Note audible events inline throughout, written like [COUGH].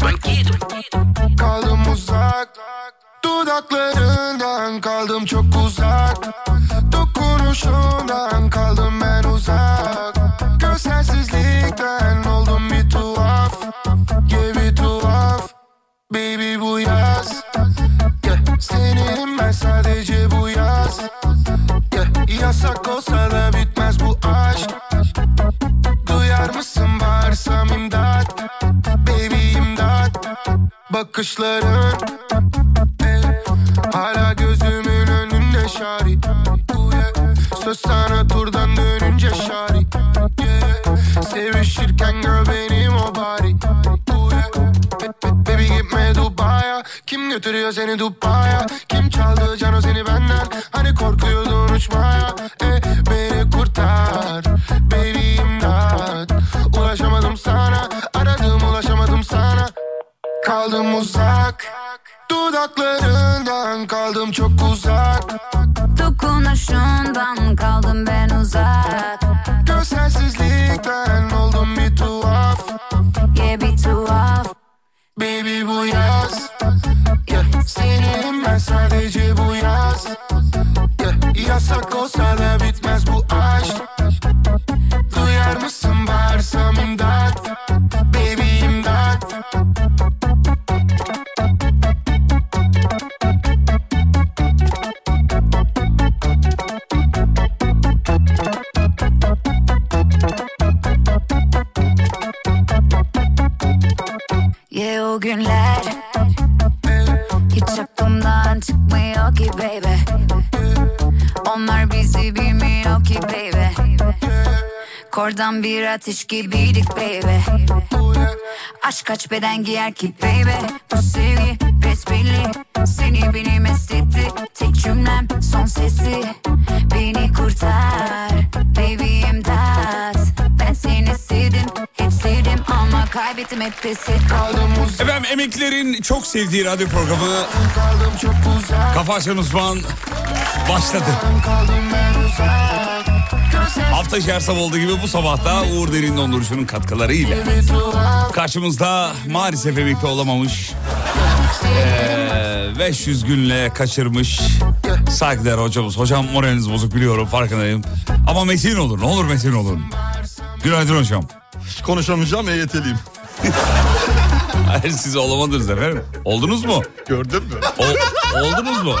Tranquilo. Kaldım uzak Dudaklarından kaldım çok uzak Dokunuşundan kaldım ben uzak Gözlersizlikten oldum bir tuhaf Yeah bir tuhaf Baby bu yaz yeah. Seninim ben sadece bu yaz yeah. Yasak olsa da bitmez bu aşk Duyar mısın bağırsam imdat Baby imdat Bakışların eh, Hala gözümün önünde şari Oh yeah. Söz sana turdan dönünce şari yeah. Sevişirken gör benim o bari Oh yeah. Be- be- Baby gitme Dubai'ye Kim götürüyor seni Dubai'ye Kim çaldı cano seni benden Hani korkuyordun uçmaya eh, Beni kurtar Baby imdat Ulaşamadım sana Aradım ulaşamadım sana Kaldım uzak Dudaklarından kaldım çok uzak Dokunuşundan kaldım ben uzak Gözlersizlikten oldum bir tuhaf Ye bir tuhaf Baby bu yaz yeah. Seninim ben sadece bu yaz yeah. Yasak olsa da bitmez bu aşk Duyar mısın bağırsam imdat Baby imdat Ye o günler Hiç aklımdan çıkmıyor ki baby Onlar bizi bilmiyor ki baby Kordan bir ateş gibiydik baby Aşk kaç beden giyer ki baby Bu sevgi besbelli Seni benim estetti Tek cümlem son sesi Beni kurtar Baby imdat Ben seni sevdim Hep sevdim ama kaybettim hep pes ettim. Kaldım uzak Efendim emeklilerin çok sevdiği radyo programı kaldım çok uzak Kafa Açan Uzman başladı. Kaldım ben uzak Gözlersiz Hafta içi her sabah olduğu gibi bu sabah da Uğur Derin Dondurucu'nun katkılarıyla. bir tuhaf Karşımızda maalesef emekli olamamış. eee, 500 günle kaçırmış saygıdeğer hocamız. Hocam moraliniz bozuk biliyorum farkındayım. Ama metin olun ne olur metin olun. Günaydın hocam. Konuşamayacağım E EYT'liyim. [LAUGHS] Hayır siz olamadınız efendim. Oldunuz mu? Gördün mü? O- oldunuz mu?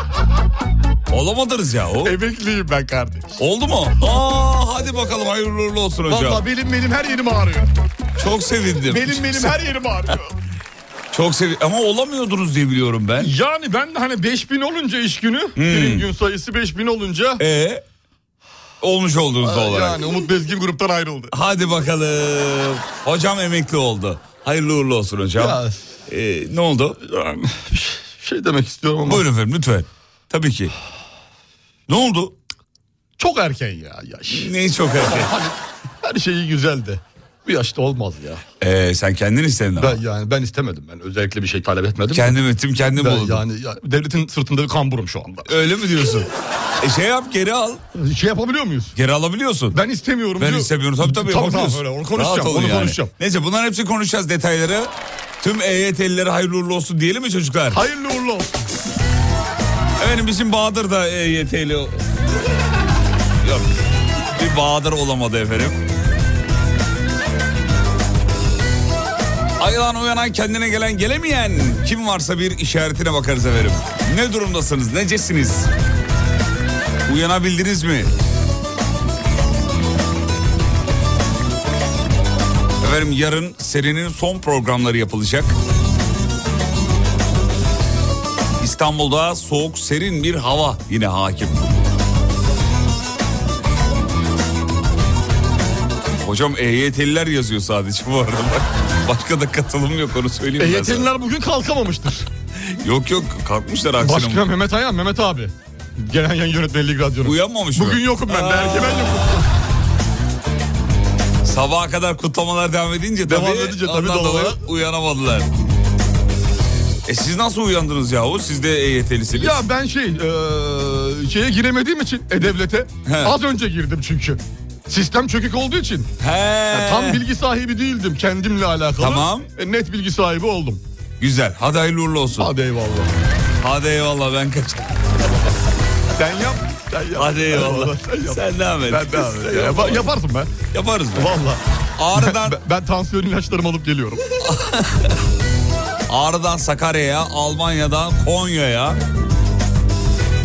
Olamadınız ya o. Emekliyim ben kardeş. Oldu mu? Aa hadi bakalım hayırlı uğurlu olsun hocam. Valla benim benim her yerim ağrıyor. Çok sevindim. Benim benim her yerim ağrıyor. Çok sevindim. Ama olamıyordunuz diye biliyorum ben. Hmm. Yani ben de hani 5000 olunca iş günü, birim gün sayısı 5000 olunca Ee, olmuş oldunuz da olarak. yani Umut Bezgin gruptan ayrıldı. Hadi bakalım. Hocam emekli oldu. Hayırlı uğurlu olsun hocam. Ya. Ee, ne oldu? Şey demek istiyorum ama Buyurun efendim lütfen. Tabii ki. Ne oldu? çok erken ya yaş. Neyi çok erken? Hani her şeyi güzel de bu yaşta olmaz ya. Ee, sen kendin istedin ama. Ben yani ben istemedim ben özellikle bir şey talep etmedim. Kendim ettim kendim Ben buldum. yani ya- devletin sırtında bir kamburum şu anda. Öyle mi diyorsun? e şey yap geri al. Şey yapabiliyor muyuz? Geri alabiliyorsun. Ben istemiyorum Ben diyor. istemiyorum. Tabii tabii. Tamam tamam yapabiliyorsun. öyle onu Rahat konuşacağım olun onu yani. konuşacağım. Neyse bunların hepsini konuşacağız detayları. Tüm EYT'lilere hayırlı uğurlu olsun diyelim mi çocuklar? Hayırlı uğurlu olsun. Efendim bizim Bahadır da EYT'li. o- Yok. Bir Bahadır olamadı efendim. Ayılan uyanan kendine gelen gelemeyen kim varsa bir işaretine bakarız efendim. Ne durumdasınız? Necesiniz? Uyanabildiniz mi? Efendim yarın serinin son programları yapılacak. İstanbul'da soğuk serin bir hava yine hakim. Hocam EYT'liler yazıyor sadece bu arada. [LAUGHS] Başka da katılım yok onu söyleyeyim ben sana. EYT'liler bugün E, kalkamamıştır. Yok yok kalkmışlar aksine. Başka Mehmet Ayan, Mehmet abi. Genel Yayın Yönetmenlik Radyo'nun. Uyanmamış mı? Bugün yokum ben. Belki ben yokum. Sabaha kadar kutlamalar devam edince Devam tabii, edince tabii ondan dolara- dolayı uyanamadılar. E siz nasıl uyandınız yahu? Siz de E EYT'lisiniz. Ya ben şey eee, şeye giremediğim için E-Devlet'e He. az önce girdim çünkü. Sistem çökük olduğu için. He. Ya tam bilgi sahibi değildim kendimle alakalı. Tamam. E, net bilgi sahibi oldum. Güzel. Hadi hayırlı uğurlu olsun. Hadi eyvallah. Hadi eyvallah ben kaçayım. Sen yap. Sen yap. Hadi eyvallah. Sen yap. Sen devam et. Ben devam Sen edeyim. yap. Yap- yaparsın ben. Yaparız. be. Valla. [LAUGHS] Ağrı'dan, Ben, ben tansiyon ilaçlarımı alıp geliyorum. Ağrı'dan Sakarya'ya, Almanya'dan Konya'ya,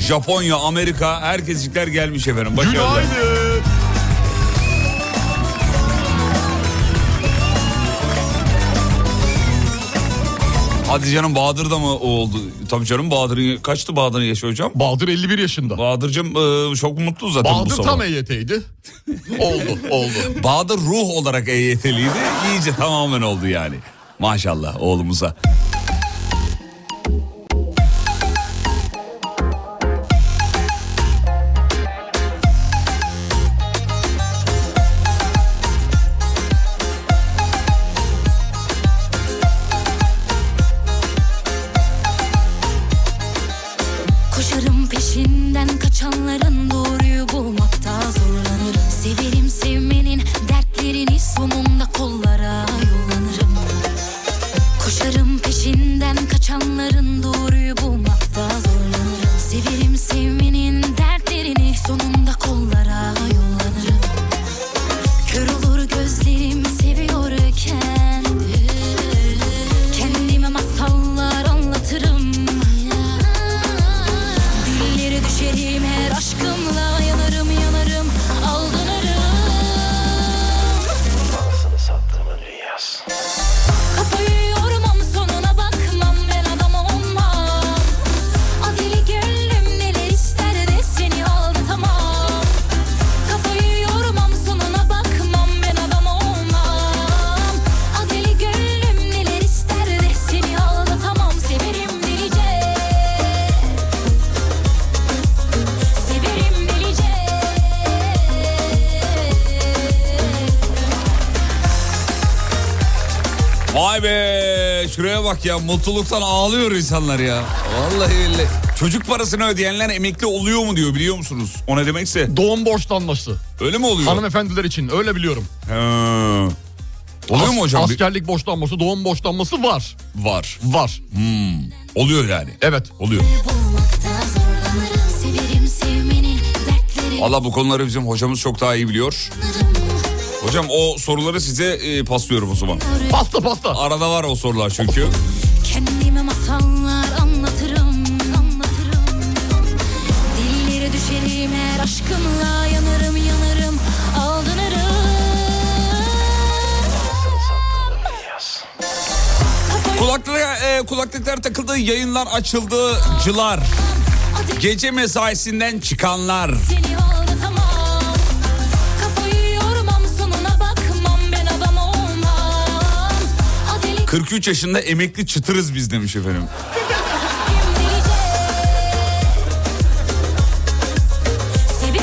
Japonya, Amerika herkeslikler gelmiş efendim. Başarılar. Günaydın. Hadi canım Bahadır da mı o oldu? Tabii canım Bahadır'ın kaçtı Bahadır'ın yaşı hocam? Bahadır 51 yaşında. Bahadır'cığım e, çok mutlu zaten bu Bahadır sabah. tam E EYT'ydi. oldu, oldu. Bahadır ruh olarak EYT'liydi. İyice tamamen oldu yani. Maşallah oğlumuza. Koşarım peşinden kaçanların doğruyu bulmakta zorlanırım Severim sevmenin dertlerini sonunda kollara yollanırım Koşarım peşinden kaçanların doğruyu bulmakta zorlanırım Severim sevmenin dertlerini sonunda kollara yollanırım Kör olur gözlerim seviyorken Kendime masallar anlatırım Dillere düşerim her aşkımla Yanarım yanarım aldanırım Anasını sattığımın dünyası. Kafayı yormam sonuna bakmam ben adam olmam Adeli gönlüm neler ister de seni aldatamam Kafayı yormam sonuna bakmam ben adam olmam Adeli gönlüm neler ister de seni aldatamam Severim delice Severim delice Vay be şuraya bak ya mutluluktan ağlıyor insanlar ya. Vallahi öyle. Çocuk parasını ödeyenler emekli oluyor mu diyor biliyor musunuz? O ne demekse. Doğum borçlanması. Öyle mi oluyor? Hanımefendiler için öyle biliyorum. He. Oluyor mu As- hocam? Askerlik borçlanması, doğum borçlanması var. Var. Hmm. Var. Oluyor yani. Evet. Oluyor. Bulmakta zorlanırım Severim sevmeni dertleri Valla bu konuları bizim hocamız çok daha iyi biliyor. Hocam o soruları size e, paslıyorum o zaman. Pasta pasta. Arada var o sorular çünkü. Kendime masallar anlatırım Anlatırım Dillere düşerim her aşkımla Yanarım yanarım aldanırım Anasını sattığımın dünyası. Kulaklığa, e, kulaklıklar takıldı, yayınlar açıldı, cılar. Gece mesaisinden çıkanlar. Seni aldatamam Kafayı yormam sonuna bakmam Ben adam olmam Adeli 43 yaşında emekli çıtırız biz demiş efendim.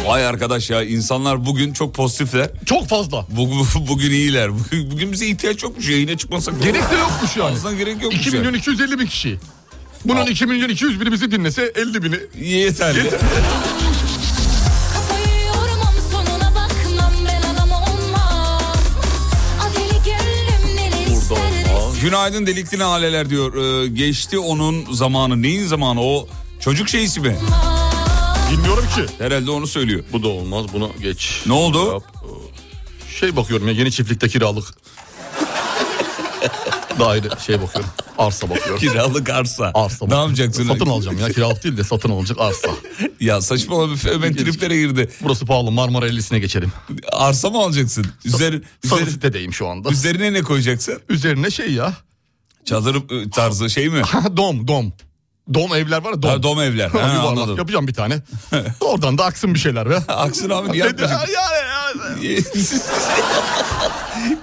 Vay arkadaş ya insanlar bugün çok pozitifler. Çok fazla. Bugün, bugün iyiler. Bugün, bugün bize ihtiyaç yokmuş yayına çıkmasak. Gerek de yokmuş yani. Aslında gerek yokmuş 2 yani. milyon 250 bin kişi. Bunun 2 milyon 200 bini bizi dinlese 50 bini. Yeterli. Kafayı yormam sonuna bakmam ben adam olmam Adeli gönlüm neler ister de Günaydın delikli naleler diyor. Ee, geçti onun zamanı. Neyin zamanı o? Çocuk şeysi mi? Bilmiyorum ki. Herhalde onu söylüyor. [LAUGHS] Bu da olmaz buna geç. Ne oldu? Şey bakıyorum ya yeni çiftlikte kiralık. [LAUGHS] Daire şey bakıyorum. Arsa bakıyorum. Kiralık arsa. Arsa ne yapacaksın? Satın alacağım ya kiralık değil de satın alınacak arsa. [LAUGHS] Ya saçmalama bir hemen triplere girdi. Burası pahalı Marmara 50'sine geçelim. Arsa mı alacaksın? Üzeri, Sarı üzeri- sitedeyim şu anda. üzerine ne koyacaksın? Üzerine şey ya. Çadır e, tarzı şey mi? dom dom. Dom evler var ya dom. Ha, dom evler. Ha, Yuvarlak anladım. [LAUGHS] Yapacağım bir tane. Oradan da aksın bir şeyler be. Aksın abi niye Ya, ya, yapmayacaksın? ya,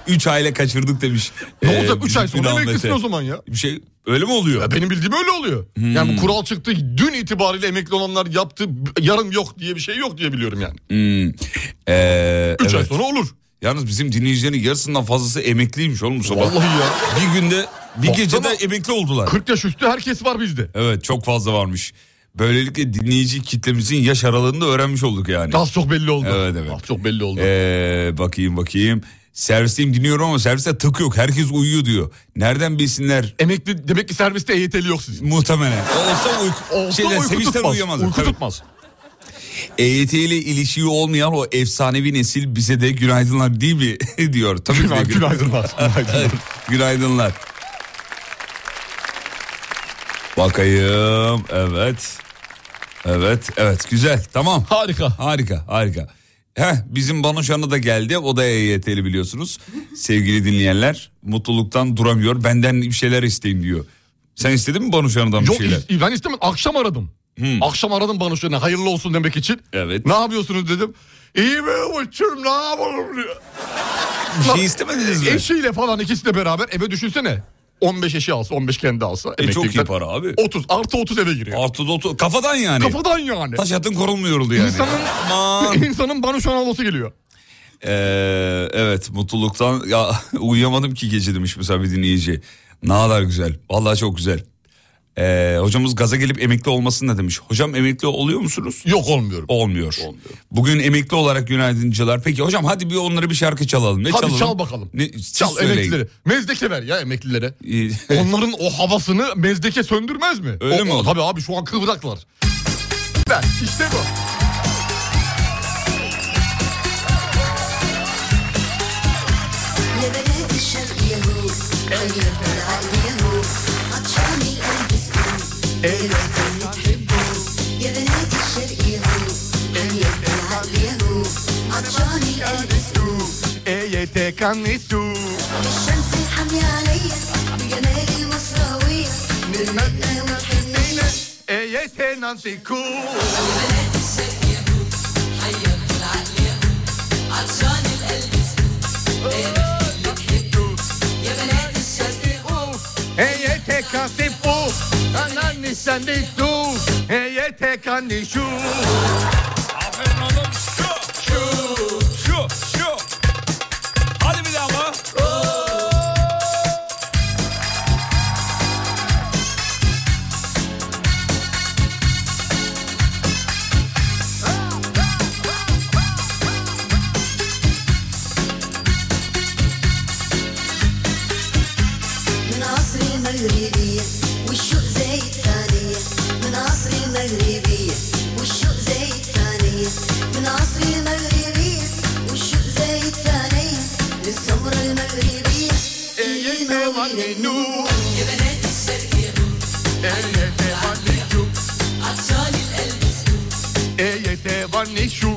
Üç aile kaçırdık demiş. Ne Ee, olacak 3 ay sonra Ünal emeklisin Mete. o zaman ya. Bir şey öyle mi oluyor? Ya benim bildiğim öyle oluyor. Hmm. Yani bu kural çıktı dün itibariyle emekli olanlar yaptı yarın yok diye bir şey yok diye biliyorum yani. 3 Hmm. Ee, ay evet. sonra olur. Yalnız bizim dinleyicilerin yarısından fazlası emekliymiş oğlum sabah. Vallahi ya. Bir günde bir Baksana. gecede emekli oldular. 40 yaş üstü herkes var bizde. Evet çok fazla varmış. Böylelikle dinleyici kitlemizin yaş aralığını da öğrenmiş olduk yani. Az çok belli oldu. Evet, evet. Az çok belli oldu. Ee, bakayım bakayım. Servisteyim dinliyorum ama serviste tık yok. Herkes uyuyor diyor. Nereden bilsinler? Emekli demek ki serviste EYT'li yok sizin. Muhtemelen. Olsa uyku, Olsa şeyden, uyku sevinçten tutmaz. uyuyamazlar. Uyku Tabii. tutmaz. EYT E ile ilişiği olmayan o efsanevi nesil bize de günaydınlar değil mi [LAUGHS] diyor. Tabii ki de Günaydın, [LAUGHS] günaydınlar. Günaydınlar. Günaydınlar. Bakayım. Evet. Evet, evet. Güzel. Tamam. Harika. Harika, harika. Heh, bizim Banu Şan'ı da geldi. O da EYT'li biliyorsunuz. Sevgili dinleyenler mutluluktan duramıyor. Benden bir şeyler isteyin diyor. Sen istedin mi Banu Şan'dan bir Yok şeyler? Hmm. is- ben istemedim. Akşam aradım. Akşam aradım bana şöyle hayırlı olsun demek için. Evet. Ne yapıyorsunuz dedim. İyi mi uçurum ne yapalım diyor. Bir şey istemediniz mi? Eşiyle falan ikisi de beraber eve düşünsene. 15 eşi alsa 15 kendi alsa. E, çok iyi emeklilikten para abi. 30 artı 30 eve giriyor. Artı da otu- Kafadan yani. Kafadan yani. Taş atın korunmuyordu yani. İnsanın- Aman. İnsanın [LAUGHS] bana şu an havası geliyor. Ee, evet mutluluktan ya [LAUGHS] uyuyamadım ki gece demiş mesela bir dinleyici. Ne kadar güzel. Vallahi çok güzel. Ee, hocamız gaza gelip emekli olmasın da demiş. Hocam emekli oluyor musunuz? Yok olmuyorum. Olmuyor. Bugün emekli olarak günaydıncalar. Peki hocam hadi bir onlara bir şarkı çalalım. Ne Hadi çalalım? çal bakalım. Ne, siz Çal söyleyin. emeklilere. Mezdeke ver ya emeklilere. [LAUGHS] Ee, Onların o havasını mezdeke söndürmez mi? Öyle O- mi o- olur? Tabii abi şu an kıvraklar. Ver işte bu. لبلاد الشرق يهوب غيرنا العقل يهوب عطشان القلب سكوب دلوقتي اللي تحبوه يا بنات الشرق يهوب غيرنا العقل يهوب عطشان القلب سكوب E EYT kanlısı. الشمس الحامية عليا بجمال الوصراوية نرمتنا وحنينا EYT nantiku. EYT kanlısı. Ananı sen de tu. EYT kanlısı. Aferin oğlum. Şu, şu, şu, şu. Hadi bir daha ama. من عصر المغربية والشوق زايد فعليا من عصر المغربية والشوق زايد فعليا من عصر المغربية والشوق زايد فعليا للسمرة المغربية إيه، قيمة وننوح EYT vanişu.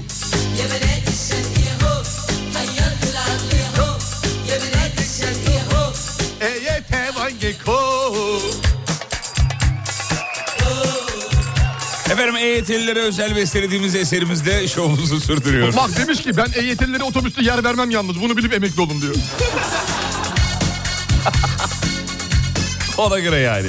EYT vangeku. [LAUGHS] Efendim EYT'lilere özel bestelediğimiz eserimizde şovumuzu sürdürüyoruz. Bak demiş ki ben EYT'lilere otobüste yer vermem yalnız. Bunu bilip emekli olun diyor. [LAUGHS] Ona göre yani.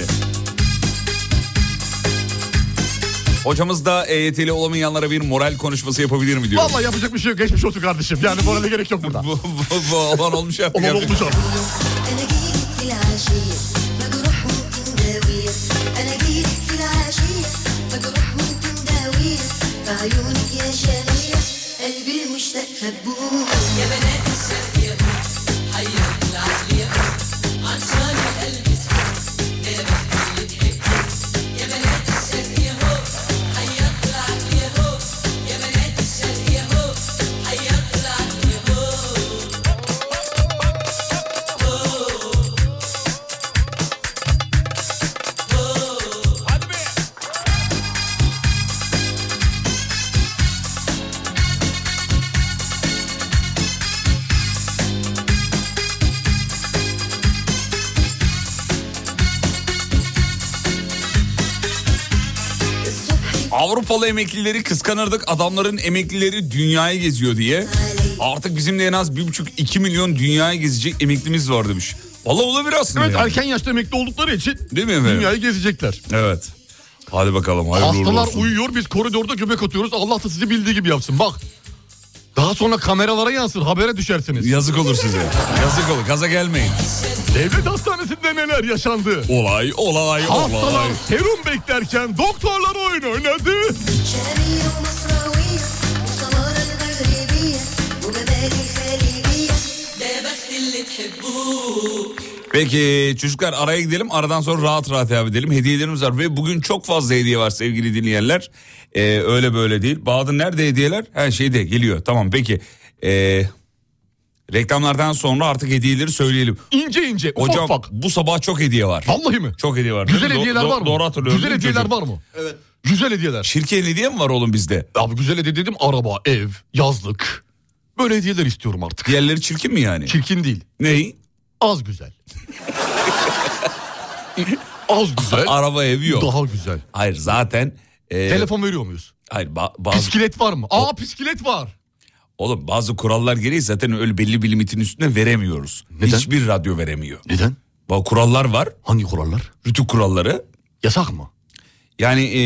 Hocamız da EYT'li olamayanlara bir moral konuşması yapabilir mi diyor. Vallahi yapacak bir şey yok. Geçmiş olsun kardeşim. Yani morale gerek yok burada. Bu, bu, [LAUGHS] bu olan olmuş artık. Olan olmuş artık. أنا جيلك في العشية مجروح ومتنداوية أنا جيلك في العشية مجروح ومتنداوية في عيونك يا شامية قلبي المشتاق خبوه Avrupalı emeklileri kıskanırdık adamların emeklileri dünyayı geziyor diye. Artık bizim de en az 1,5-2 milyon dünyayı gezecek emeklimiz var demiş. Valla olabilir aslında. Evet yani. erken yaşta emekli oldukları için Değil mi efendim? dünyayı gezecekler. Evet. Hadi bakalım hayırlı uğurlu Hastalar olsun. uyuyor biz koridorda göbek atıyoruz. Allah da sizi bildiği gibi yapsın. Bak daha sonra kameralara yansır habere düşersiniz. Yazık olur size. Yazık olur. Gaza gelmeyin. Devlet hastanesinde neler yaşandı? Olay, olay, Hastalar olay. serum beklerken doktorlar oyun oynadı. شامية ومصراوية وسمارة المغربية وجمال الخليجية Peki çocuklar araya gidelim. Aradan sonra rahat rahat devam edelim. Hediyelerimiz var ve bugün çok fazla hediye var sevgili dinleyenler. Ee, öyle böyle değil. Bahadır nerede hediyeler? Her şeyde geliyor. Tamam peki. Ee, reklamlardan sonra artık hediyeleri söyleyelim. İnce ince ufak Hocam ufak. bu sabah çok hediye var. Vallahi mi? Çok hediye var. Güzel Değil mi? Do- hediyeler do- var mı? Doğru hatırlıyorum. Güzel değil mi hediyeler çocuğum? var mı? Evet. Güzel hediyeler. Şirketin hediye mi var oğlum bizde? Abi güzel hediye dedim araba, ev, yazlık. Böyle hediyeler istiyorum artık. Diğerleri çirkin mi yani? Çirkin değil. Neyi? Az güzel. Az güzel. Araba evi yok. Daha güzel. Hayır zaten. e, Telefon veriyor muyuz? Hayır ba- bazı Bisiklet var mı? Aa bisiklet var. oğlum bazı kurallar gereği zaten öyle belli bir limitin üstüne veremiyoruz. Neden? Hiçbir radyo veremiyor. Neden? Bazı kurallar var. Hangi kurallar? Rütük kuralları. Yasak mı? Yani e,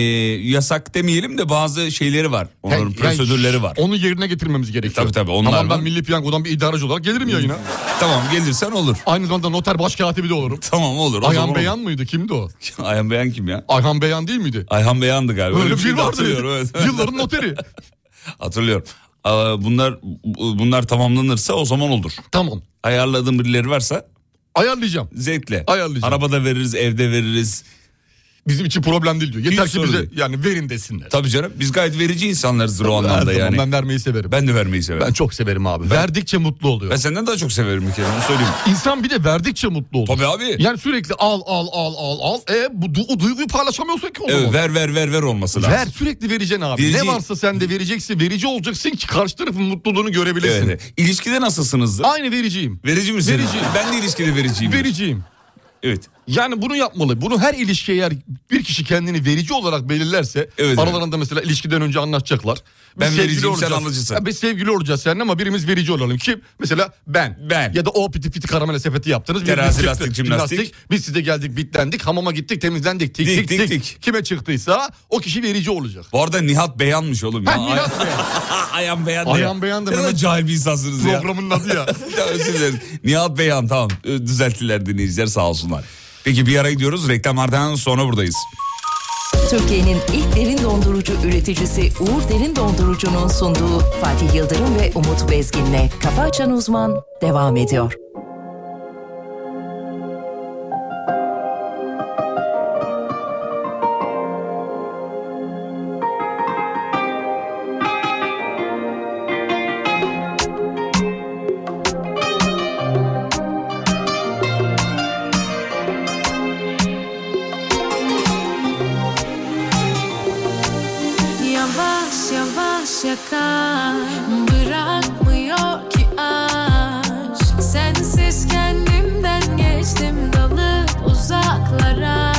yasak demeyelim de bazı şeyleri var. Onların Yani- prosedürleri var. Onu yerine getirmemiz gerekiyor. Tabii tabii, onlar Tamam var. ben Milli Piyango'dan bir idareci olarak gelirim yayına. [LAUGHS] Tamam gelirsen olur. Aynı zamanda noter başkatibi de olurum. [LAUGHS] Tamam olur. O Ayhan zaman Beyan mıydı? Kimdi o? olur. [LAUGHS] Ayhan Beyan kim ya? Ayhan Beyan değil miydi? Ayhan Beyan'dı galiba. Öyle bir şey şey de vardı. hatırlıyorum, [LAUGHS] evet. Yılların noteri. [LAUGHS] Hatırlıyorum. Aa, Bunlar bu- bunlar tamamlanırsa o zaman olur. Tamam. Ayarladığım birileri varsa Ayarlayacağım. zevkle. Ayarlayacağım. Arabada veririz, evde veririz. Bizim için problem değil diyor. Yeter Hiç ki sorun bize değil. yani verin desinler. Tabii canım biz gayet verici insanlarızdır o Her anlamda zaman yani. Ben... Ben vermeyi severim. de vermeyi severim. Ben Ben, çok severim abi. Verdikçe mutlu oluyor. senden daha çok severim bir kere onu söyleyeyim. İnsan bir de verdikçe mutlu olur. Tabii abi. Yani sürekli al al al al al. E bu du- duyguyu paylaşamıyorsun ki o Evet, zaman. ver ver ver ver olması lazım. Ver sürekli vereceksin abi. Verici- Ne varsa sen de vereceksin. Verici olacaksın ki karşı tarafın mutluluğunu Evet, görebilesin. evet. İlişkide nasılsınızdır? Aynı vericiyim. Verici misin? Vericiyim. Ben de ilişkide vericiyim. Vericiyim. Evet. Yani bunu yapmalı. Bunu her ilişkiye eğer bir kişi kendini verici olarak belirlerse Evet, aralarında mesela ilişkiden önce anlaşacaklar. Biz Ben sevgili vericiyim, sen olacağız. alıcısın. Ya biz sevgili olacağız seninle ama birimiz verici olalım. Kim? Mesela ben. Ben. Ya da o piti piti karamel sepeti yaptınız. birimiz Terazi, çıktı. lastik, jimnastik. Biz size geldik bitlendik hamama gittik temizlendik. Tik Dik, tik dik, tik. tik. Kime çıktıysa o kişi verici olacak. Bu arada Nihat Beyan'mış oğlum ya. Ha, Nihat [LAUGHS] Beyan. Ayhan Beyan da. Ayhan Beyan da Ne kadar Mehmet- cahil bir insansınız ya. Programın adı ya. [LAUGHS] Ya Özür dileriz. Nihat Beyan tamam Ö, düzelttiler dinleyiciler sağ olsunlar. Peki bir ara gidiyoruz reklamlardan sonra buradayız. Türkiye'nin ilk derin dondurucu üreticisi Uğur Derin Dondurucu'nun sunduğu Fatih Yıldırım ve Umut Bezgin'le Kafa Açan Uzman devam ediyor. Yavaş yavaş yakar Bırakmıyor ki aşk Sensiz kendimden geçtim dalıp uzaklara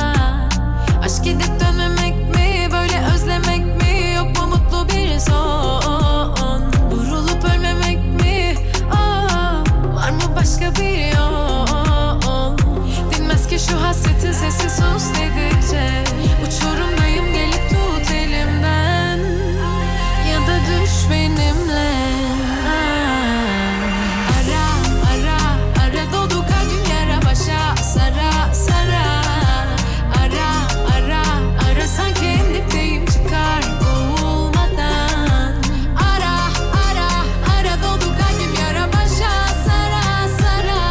Aşk gidip dönmemek mi böyle özlemek mi Yok mu mutlu bir son Vurulup ölmemek mi Ah, Var mı başka bir yol Dinmez ki şu hasretin sesi sus dedikçe Uçurumdayım gelip tut elimden Ya da düş benimle Ara ara ara dolu kalbim yara başa Sara sara Ara ara ara sanki en dipteyim çıkar boğulmadan Ara ara ara dolu kalbim yara başa Sara sara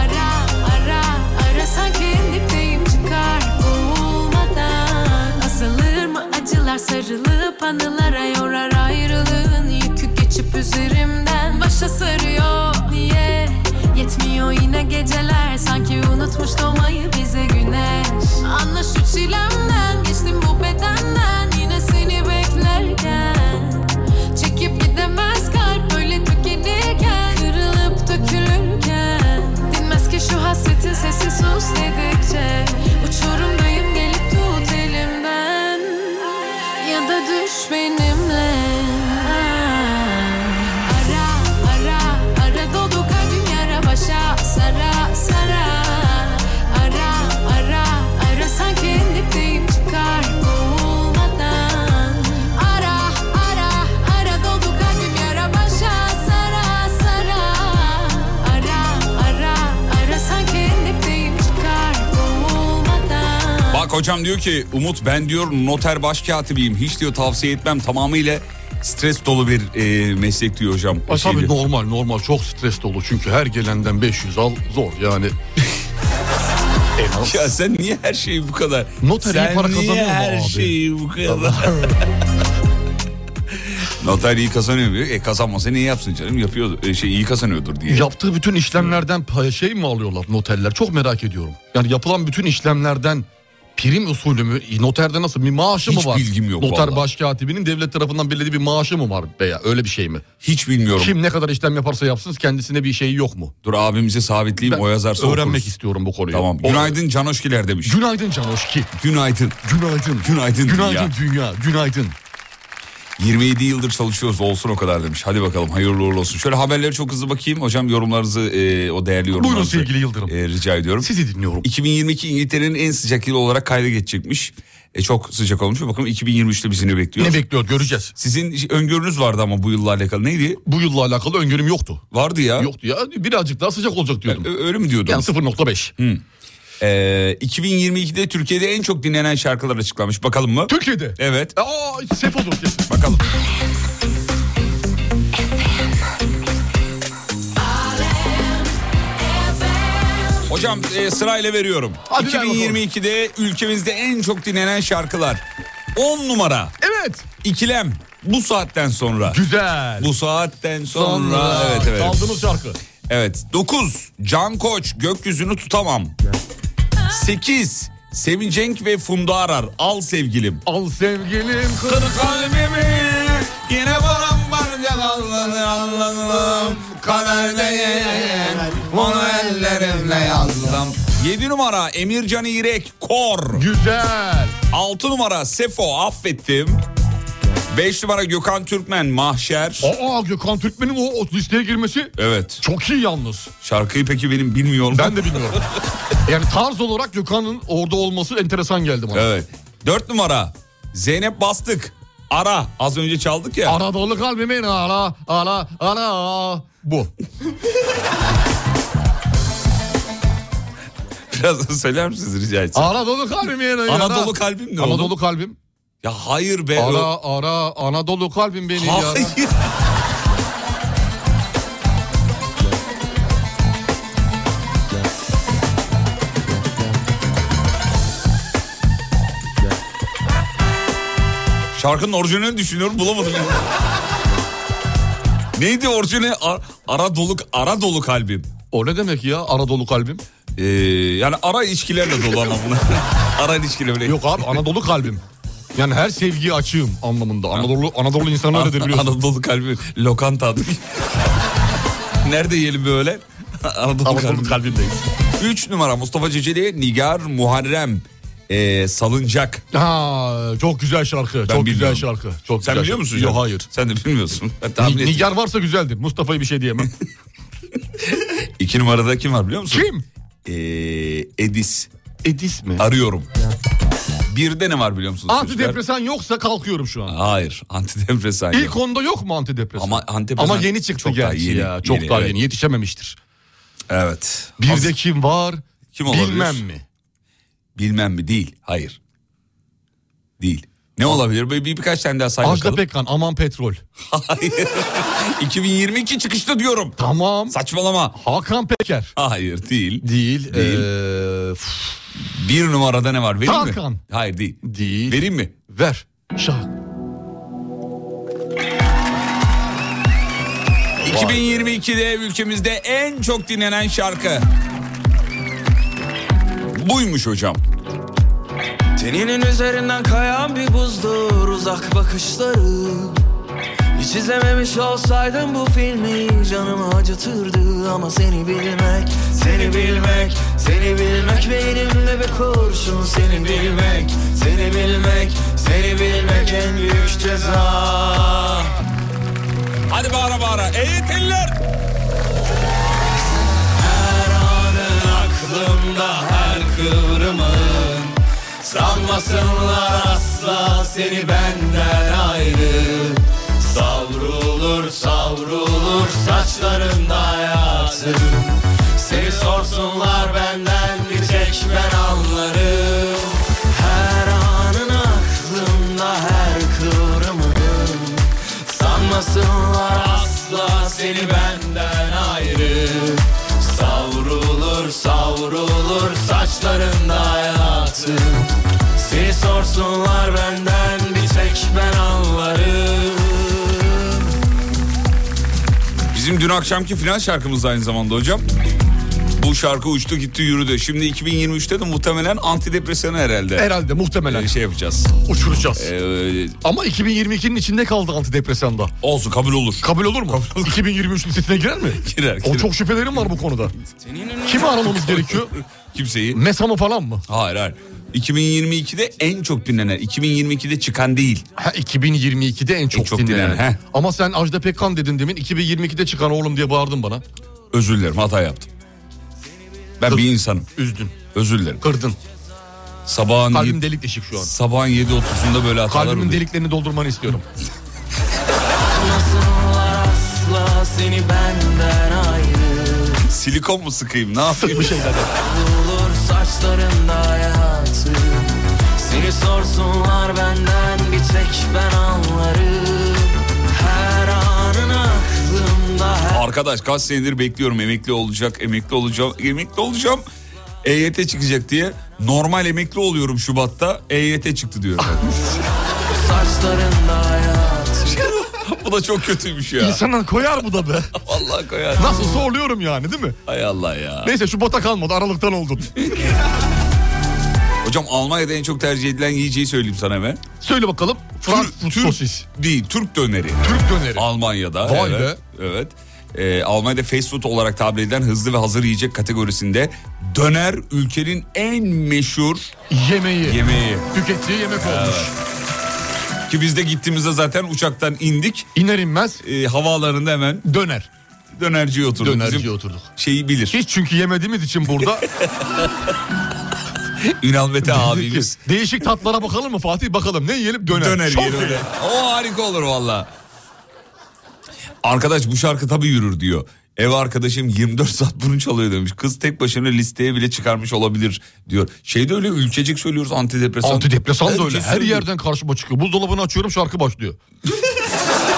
Ara ara ara sanki en dipteyim çıkar boğulmadan Azalır mı acılar sarılıp anılara yorar ayrılığın yükü geçip üzerimden Başa sarıyor niye yetmiyor yine geceler Sanki unutmuş doğmayı bize güneş Anla şu çilemden geçtim bu bedenden yine seni beklerken Çekip gidemez kalp böyle tükenirken Kırılıp dökülürken Dinmez ki şu hasretin sesi sus dedikçe Uçurumdayım gelip tut elimden hocam diyor ki Umut ben diyor noter başkatibiyim. Hiç diyor tavsiye etmem tamamıyla stres dolu bir e, meslek diyor hocam. Ay, Şey E, tabii diyor. normal normal çok stres dolu çünkü her gelenden 500 al zor yani. en az. Ya sen niye her şeyi bu kadar? Noter iyi sen para kazanıyor niye mu her abi? şeyi bu kadar? [LAUGHS] Noter iyi kazanıyor mu? E kazanmasa ne yapsın canım? Yapıyor e, şey iyi kazanıyordur diye. [LAUGHS] Yaptığı bütün işlemlerden pay- şey mi alıyorlar noterler? Çok merak ediyorum. Yani yapılan bütün işlemlerden prim usulü mü? Noterde nasıl bir maaşı Hiç mı var? bilgim yok Noter vallahi. başkatibinin devlet tarafından belirli bir maaşı mı var veya öyle bir şey mi? Hiç bilmiyorum. Kim ne kadar işlem yaparsa yapsın kendisine bir şeyi yok mu? Dur abimize sabitleyeyim Ben o yazarsa öğrenmek okuruz. istiyorum bu konuyu. Tamam. O- Günaydın Canoşkiler demiş. Günaydın Canoşki. Günaydın. Günaydın. Günaydın Günaydın dünya. Günaydın. 27 yıldır çalışıyoruz olsun o kadar demiş. Hadi bakalım hayırlı uğurlu olsun. Şöyle haberlere çok hızlı bakayım. Hocam yorumlarınızı e, o değerli yorumlarınızı. sevgili Yıldırım. e, rica ediyorum. Sizi dinliyorum. 2022 İngiltere'nin en sıcak yılı olarak kayda geçecekmiş. E, çok sıcak olmuş. Bakalım 2023'te bizi ne bekliyor? Ne bekliyor göreceğiz. Sizin öngörünüz vardı ama bu yılla alakalı. Neydi? Bu yılla alakalı öngörüm yoktu. Vardı ya. E, Yoktu ya birazcık daha sıcak olacak diyordum. Ö- Öyle mi diyordun? Yani 0.5. Ee, 2022'de Türkiye'de en çok dinlenen şarkılar açıklanmış. Bakalım mı? Türkiye'de. Evet. Aa Sefo'dur kesin. Bakalım. Hocam e, sırayla veriyorum. Hadi ver bakalım. 2022'de ülkemizde en çok dinlenen şarkılar. 10 numara. Evet. İkilem. Bu saatten sonra. Güzel. Bu saatten sonra. Evet evet. Çaldığımız şarkı. Evet. 9. Can Koç gökyüzünü tutamam. 8. Sevin Cenk ve Funda Arar. Al sevgilim. Al sevgilim kır. Kır kalbimi yine varan var yalanları anladım kaderde onu ellerimle yazdım. 7 numara Emircan İrek Kor. Güzel. 6 numara Sefo affettim. 5 numara Gökhan Türkmen Mahşer. Aa Gökhan Türkmen'in o, o listeye girmesi Evet. çok iyi yalnız. Şarkıyı peki benim bilmiyorum. Ben de bilmiyorum. [LAUGHS] yani tarz olarak Gökhan'ın orada olması enteresan geldi bana. Evet. 4 numara Zeynep Bastık. Ara. Az önce çaldık ya. Anadolu kalbimin ara ara ara bu. [LAUGHS] Biraz da söyler misiniz rica etsem? Anadolu kalbimin ara. Anadolu kalbim ne oğlum? Anadolu kalbim. Ya hayır be. Ara ara Anadolu kalbim beni yara. Hayır. Şarkının orijinalini [LAUGHS] düşünüyorum bulamadım. ya. Neydi orijinali? Ar- ara dolu, ara dolu kalbim. O ne demek ya Anadolu kalbim? Ee, yani ara ilişkilerle dolu anlamında. [LAUGHS] ara ilişkiler böyle. Yok abi Anadolu kalbim. Yani her sevgiye açığım anlamında. Anadolu Anadolu insanı öyledir biliyorsun. Anadolu kalbi lokanta [LAUGHS] adı. Nerede yiyelim böyle? [LAUGHS] Anadolu, Anadolu kalbi. kalbindeyiz. 3 numara Mustafa Ceceli, Nigar Muharrem ee, Salıncak. Ha, çok güzel şarkı. çok güzel bilmiyorum. şarkı. Çok Sen güzel biliyor şarkı. musun? Yok canım? hayır. Sen de bilmiyorsun. Ben tahmin Ni- ettim. Nigar varsa güzeldir. Mustafa'ya bir şey [LAUGHS] diyemem. 2 numarada kim var biliyor musun? Kim? Ee, Edis. Edis mi? Arıyorum. Bir de ne var biliyor musunuz? çocuklar? Antidepresan yoksa kalkıyorum şu an. Hayır. Antidepresan. yok. İlk onda yok mu antidepresan? Ama antidepresan Ama yeni çıktı çok daha gerçi yeni, ya. Çok yeni, daha evet. yeni. Yetişememiştir. Evet. Bir Az- de kim var? Kim olabilir? Bilmem mi? Bilmem mi? Değil. Hayır. Değil. Ne olabilir? Bir, bir- birkaç tane daha say Ajda bakalım. Pekkan, Aman Petrol. [LAUGHS] Hayır. 2022 çıkışta diyorum. Tamam. Saçmalama. Hakan Peker. Hayır değil. Değil. Değil. Ee, f- Bir numarada ne var? Vereyim mi? Tarkan. Hayır değil. değil. Vereyim mi? Ver. Şah. 2022'de ülkemizde en çok dinlenen şarkı. Buymuş hocam. Teninin üzerinden kayan bir buzdur uzak bakışları Hiç izlememiş olsaydım bu filmi canımı acıtırdı Ama seni bilmek, seni bilmek, seni bilmek Beynimde bir kurşun seni bilmek, seni bilmek, seni bilmek en büyük ceza Hadi bağıra bağıra. Eğit eller. aklımda her kıvrımın Sanmasınlar asla seni benden ayrı Savrulur savrulur saçlarında hayatım Seni sorsunlar benden bir tek ben anlarım Her Ayırmasınlar asla seni benden ayrı Savrulur savrulur saçlarında hayatı Seni sorsunlar benden bir tek ben anlarım Bizim dün akşamki final şarkımız da aynı zamanda hocam. Bu şarkı uçtu gitti yürüdü. Şimdi 2023'te de muhtemelen antidepresanı herhalde. Herhalde muhtemelen. Şey yapacağız. Uçuracağız. Ee, Ama 2022'nin içinde kaldı antidepresanda. olsun kabul olur. Kabul olur mu? 2023'ün listesine girer mi? Girer, O girer. çok şüphelerim var bu konuda. Kimi aramamız gerekiyor? [LAUGHS] Kimseyi. Mesamı falan mı? Hayır hayır. 2022'de en çok dinlenen, 2022'de çıkan değil. Ha 2022'de en çok, En çok dinlenen. dinlenen, he. Ama sen Ajda Pekkan dedin demin 2022'de çıkan oğlum diye bağırdın bana. Özür dilerim hata yaptım. Ben bir insanım. Üzdün, Özür dilerim. kırdın. Sabahın Kalbim yedi- delik deşik şu an. sabahın 7.30'unda böyle hatalar Kalbimin oluyor. deliklerini doldurmanı istiyorum. Ayırmasınlar asla seni benden ayrı [LAUGHS] Silikon mu sıkayım ne yapayım? Bir şeyler. Olur saçlarında hayatı Seni sorsunlar benden bir tek ben anlarım Her anın aklımda her Arkadaş kaç senedir bekliyorum emekli olacak, emekli olacağım, emekli olacağım. EYT çıkacak diye normal emekli oluyorum Şubat'ta EYT [LAUGHS] çıktı diyor. saçlarında hayatı [LAUGHS] Bu da çok kötüymüş ya. İnsana koyar bu da be. [LAUGHS] Vallahi koyar. Nasıl zorluyorum yani değil mi? Hay Allah ya. Neyse Şubat'a kalmadı Aralık'tan oldun. Hocam Almanya'da en çok tercih edilen yiyeceği söyleyeyim sana hemen. Söyle bakalım. Frankfurt Türk- sosis. Değil Türk döneri. Türk döneri. Almanya'da. Vay evet. Evet. Ee, Almanya'da fast food olarak tabir edilen hızlı ve hazır yiyecek kategorisinde döner ülkenin en meşhur Yemeği. yemeği. Tükettiği yemek olmuş. Ki biz de gittiğimizde zaten uçaktan indik. İner inmez Ee, havaalanında hemen döner. dönerciye oturduk. Dönerciye Bizim oturduk. Şeyi bilir. Hiç çünkü yemediğimiz için burada [LAUGHS] Ünal Mete abimiz. değişik tatlara bakalım mı Fatih? Bakalım ne yiyelim? Döner. Döner Çok yiyelim iyi. öyle. O harika olur valla. Arkadaş bu şarkı tabii yürür diyor. Ev arkadaşım 24 saat bunu çalıyor demiş. Kız tek başına listeye bile çıkarmış olabilir diyor. Şeyde öyle ülkecek söylüyoruz antidepresan. Ee, Antidepresan da öyle. Herkes Her söylüyor. yerden karşıma çıkıyor. Buzdolabını açıyorum şarkı başlıyor.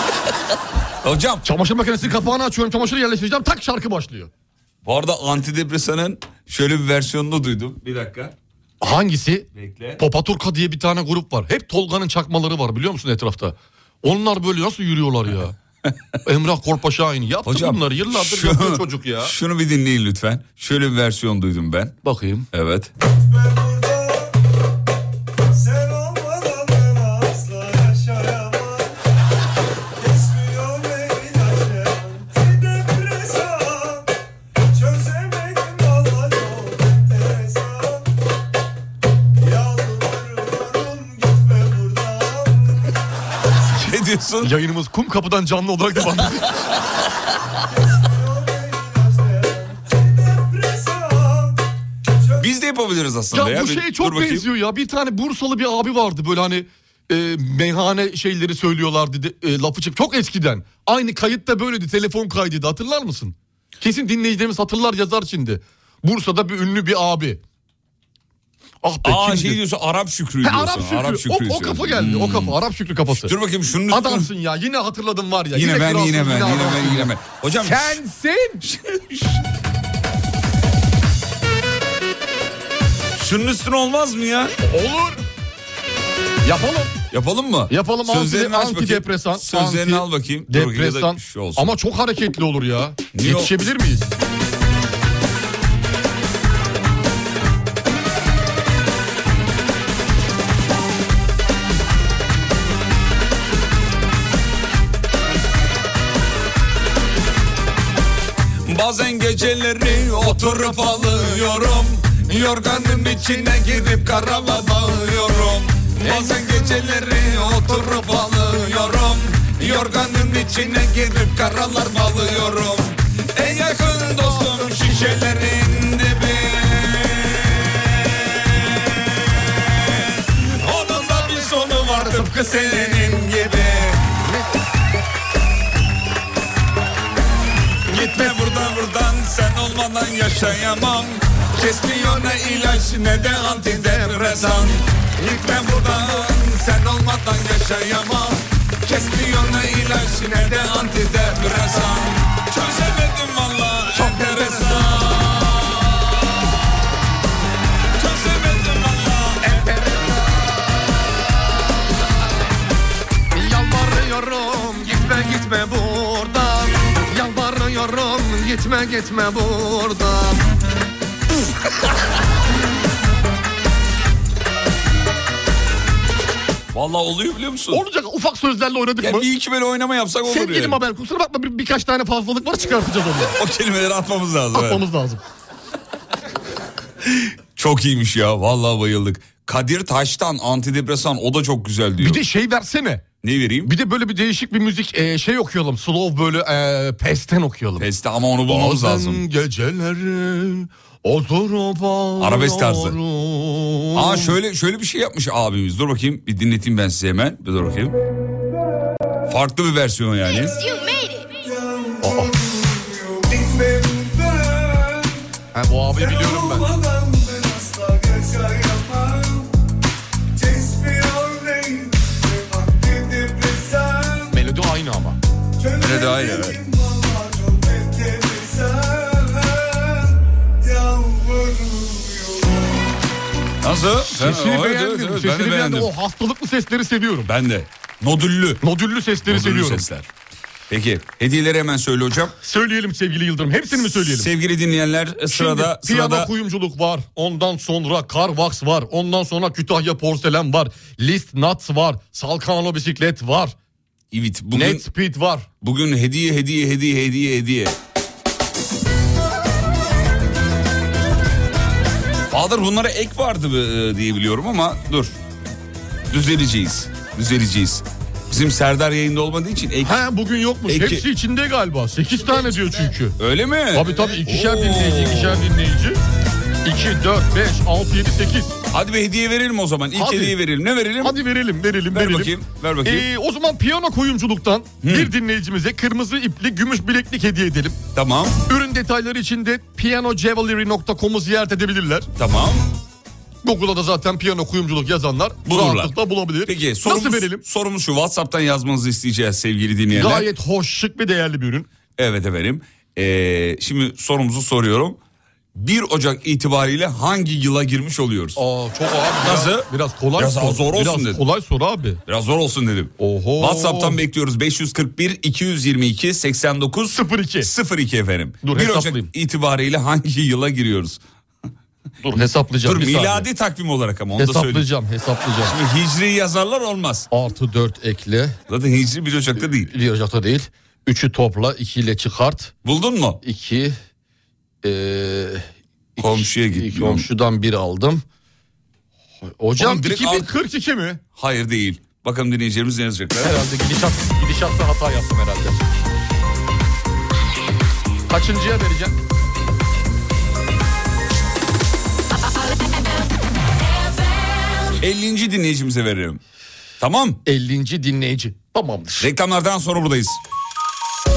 [LAUGHS] Hocam Çamaşır makinesinin kapağını açıyorum. Çamaşırı yerleştireceğim. Tak şarkı başlıyor. bu arada antidepresanın şöyle bir versiyonunu duydum. Bir dakika. Hangisi? Bekle. Popaturka diye bir tane grup var. Hep Tolga'nın çakmaları var biliyor musun etrafta? Onlar böyle nasıl yürüyorlar ya? [LAUGHS] Emrah Korpaşa aynı. Yaptı bunları yıllardır yapıyor çocuk ya. Şunu bir dinleyin lütfen. Şöyle bir versiyon duydum ben. Bakayım. Evet. Sen olmadan ben asla yaşayamam Geçmiyor beyin aşem Antidepresan Çözemedim valla çok enteresan Yalvarırım gitme buradan Ne diyorsun? Yayınımız kum kapıdan canlı olarak devam ediyor. Geçmiyor beyin aşem Antidepresan Biz de yapabiliriz aslında ya ya. bu Bir- şey dur çok bakayım. benziyor ya. Bir tane Bursalı bir abi vardı böyle hani e, meyhane şeyleri söylüyorlardı. De, e, lafı çık çok eskiden. Aynı kayıtta böyleydi. Telefon kaydıydı. Hatırlar mısın? Kesin dinleyicilerimiz hatırlar yazar şimdi. Bursa'da bir ünlü bir abi. Ah be Aa kimdi? şey diyorsun Arap Şükrü He, diyorsun. Arap Şükrü. o, o diyorsun. kafa geldi. O kafa. Arap Şükrü kafası. Dur bakayım şunu Adamsın ya. Yine hatırladım var ya. Yine, ben, kralsın, yine ben, yine adamsın ben, ya. yine ben. Hocam Sensin. [LAUGHS] şunun üstüne olmaz mı ya? Olur. Yapalım. Yapalım mı? Yapalım Sözlerini anti, aç bakayım. antidepresan. Sözlerini al bakayım. Dur bakayım, ya da Depresan. şu şey olsun. Ama çok hareketli olur ya. Niye Yetişebilir miyiz? Bazen geceleri oturup alıyorum Yorganın içine girip karama dalıyorum Bazen geceleri oturup alıyorum Yorganın içine girip karalar balıyorum En yakın dostum şişelerin dibi Onun da bir sonu var tıpkı senin gibi Gitme buradan buradan sen olmadan yaşayamam Kesmiyor ne ilaç ne de antidepresan Gitme buradan sen olmadan yaşayamam Kestiyonla ilaçine de antidepresan Çözemedim valla Çok enteresan Çözemedim valla enteresan Yalvarıyorum gitme gitme buradan Yalvarıyorum gitme gitme buradan Valla oluyor biliyor musun? Olacak ufak sözlerle oynadık Ya mı? bir iki böyle oynama yapsak olur Sevgili yani. Mabel kusura bakma bir, birkaç tane fazlalık var çıkartacağız onu. O kelimeleri atmamız lazım. evet. Atmamız lazım. Çok iyiymiş ya vallahi bayıldık. Kadir Taş'tan antidepresan o da çok güzel diyor. Bir de şey versene. Ne vereyim? Bir de böyle bir değişik bir müzik e, şey okuyalım. Slow böyle e, pesten okuyalım. Peste ama onu bulmamız Bazen lazım. geceleri oturup Arabesk tarzı. ağlıyorum. Aa şöyle şöyle bir şey yapmış abimiz. Dur bakayım bir dinleteyim ben size hemen. Bir dur bakayım. Farklı bir versiyon yani. [LAUGHS] Ha, bu abi biliyorum ben. Melodi aynı ama. Öyle daha iyi evet. Nasıl? Fena- Sesini Evet, evet, beğendim. evet, sesini ben de beğendim. beğendim. O hastalıklı sesleri seviyorum. Ben de. Nodüllü. Nodüllü sesleri Nodüllü seviyorum. sesler. Peki hediyeleri hemen söyle hocam. Söyleyelim sevgili Yıldırım. Hepsini mi söyleyelim? Sevgili dinleyenler sırada Şimdi piyano sırada kuyumculuk var. Ondan sonra Carvax var. Ondan sonra Kütahya porselen var. List Nuts var. Salkano bisiklet var. Evet bugün Net Speed var. bugün hediye hediye hediye hediye hediye. Bahadır bunlara ek vardı e, diye biliyorum ama dur. Düzeleceğiz. Düzeleceğiz. Bizim Serdar yayında olmadığı için ek. He bugün yokmuş. Peki. Hepsi içinde galiba. 8 tane diyor çünkü. Öyle mi? Tabii tabii ikişer Oo. dinleyici, ikişer dinleyici. 2, 4, 5, 6, 7, 8. Hadi bir hediye verelim o zaman. İlk Hadi. hediye verelim. Ne verelim? Hadi verelim, verelim, ver verelim. bakayım. Ver bakayım. Ee, o zaman piyano koyumculuktan bir dinleyicimize kırmızı ipli gümüş bileklik hediye edelim. Tamam. Ürün detayları için de piyanojevelry.com'u ziyaret edebilirler. Tamam. Google'a da zaten piyano kuyumculuk yazanlar Bulurlar. rahatlıkla bulabilir. Peki sorumuz, Nasıl verelim? sorumuz şu. WhatsApp'tan yazmanızı isteyeceğiz sevgili dinleyenler. Gayet hoş, şık ve değerli bir ürün. Evet efendim. Ee, şimdi sorumuzu soruyorum. 1 Ocak itibariyle hangi yıla girmiş oluyoruz? Aa çok abi. Nasıl? Biraz kolay Biraz sor. zor olsun Biraz dedim. kolay soru abi. Biraz zor olsun dedim. Oho. WhatsApp'tan bekliyoruz 541 222 89 02. 02 efendim. Dur, 1 Ocak hesaplayayım. itibariyle hangi yıla giriyoruz? Dur hesaplayacağım. Dur bir saniye. miladi takvim olarak ama onu da söyleyeyim. Hesaplayacağım, hesaplayacağım. Hicri yazarlar olmaz. Artı 4 ekle. Zaten Hicri 1 Ocak'ta değil. Bir Ocak'ta değil. 3'ü topla, 2 ile çıkart. Buldun mu? 2 eee iki- Komşuya iki gitmiyorum. Komşudan bir aldım. Hocam Oğlum direkt 2042 mi? Hayır değil. Bakalım dinleyicilerimiz ne yazacaklar. Herhalde gidişat, gidişatta hata yaptım herhalde. Kaçıncıya vereceğim? FM 50. dinleyicimize veririm. Tamam. 50. dinleyici. Tamamdır. Reklamlardan sonra buradayız.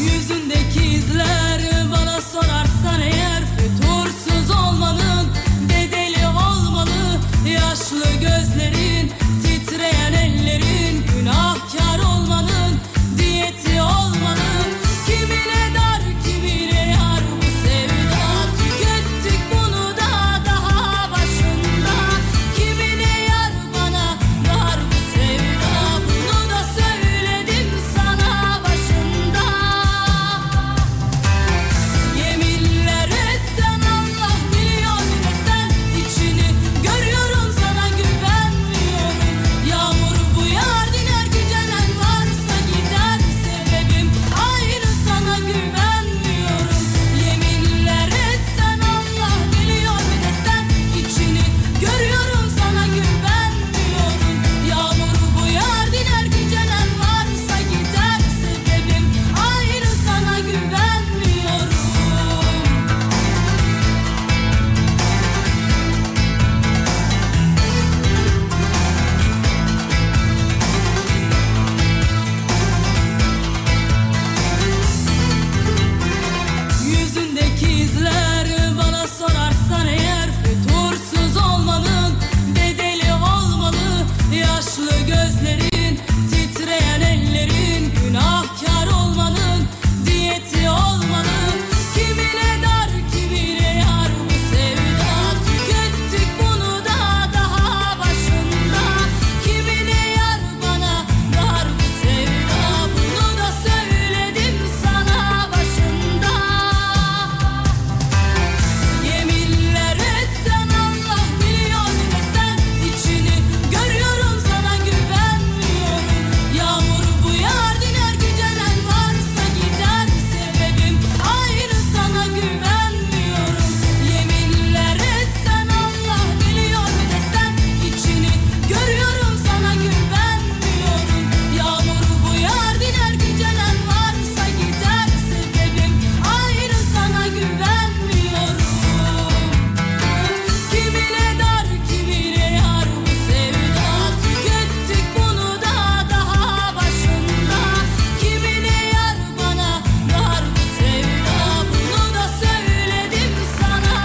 Yüzündeki izler bana sorarsan eğer Fütursuz olmanın bedeli olmalı Yaşlı gözlerin, titreyen ellerin Günahkar olmanın, diyeti olmanın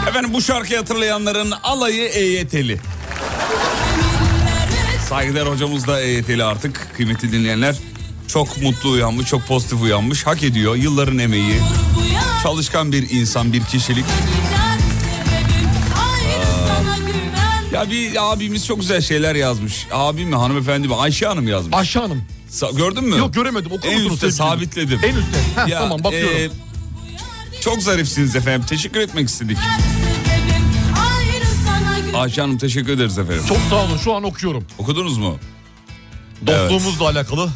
Efendim bu şarkıyı hatırlayanların alayı E EYT'li. Saygıdeğer hocamız da EYT'li artık. Kıymetli dinleyenler çok mutlu uyanmış, çok pozitif uyanmış. Hak ediyor yılların emeği. Çalışkan bir insan, bir kişilik. Aa. Ya bir abimiz çok güzel şeyler yazmış. Abi mi hanımefendi mi? Ayşe Hanım yazmış. Ayşe Hanım. gördün mü? Yok, göremedim. Okur En musunuz üstte sevgili? sabitledim. e, En üstte. Heh, tamam, bakıyorum. çok zarifsiniz efendim. Teşekkür etmek istedik. Ayşe Hanım teşekkür ederiz efendim. Çok sağ olun şu an okuyorum. Okudunuz mu? Dostluğumuzla alakalı.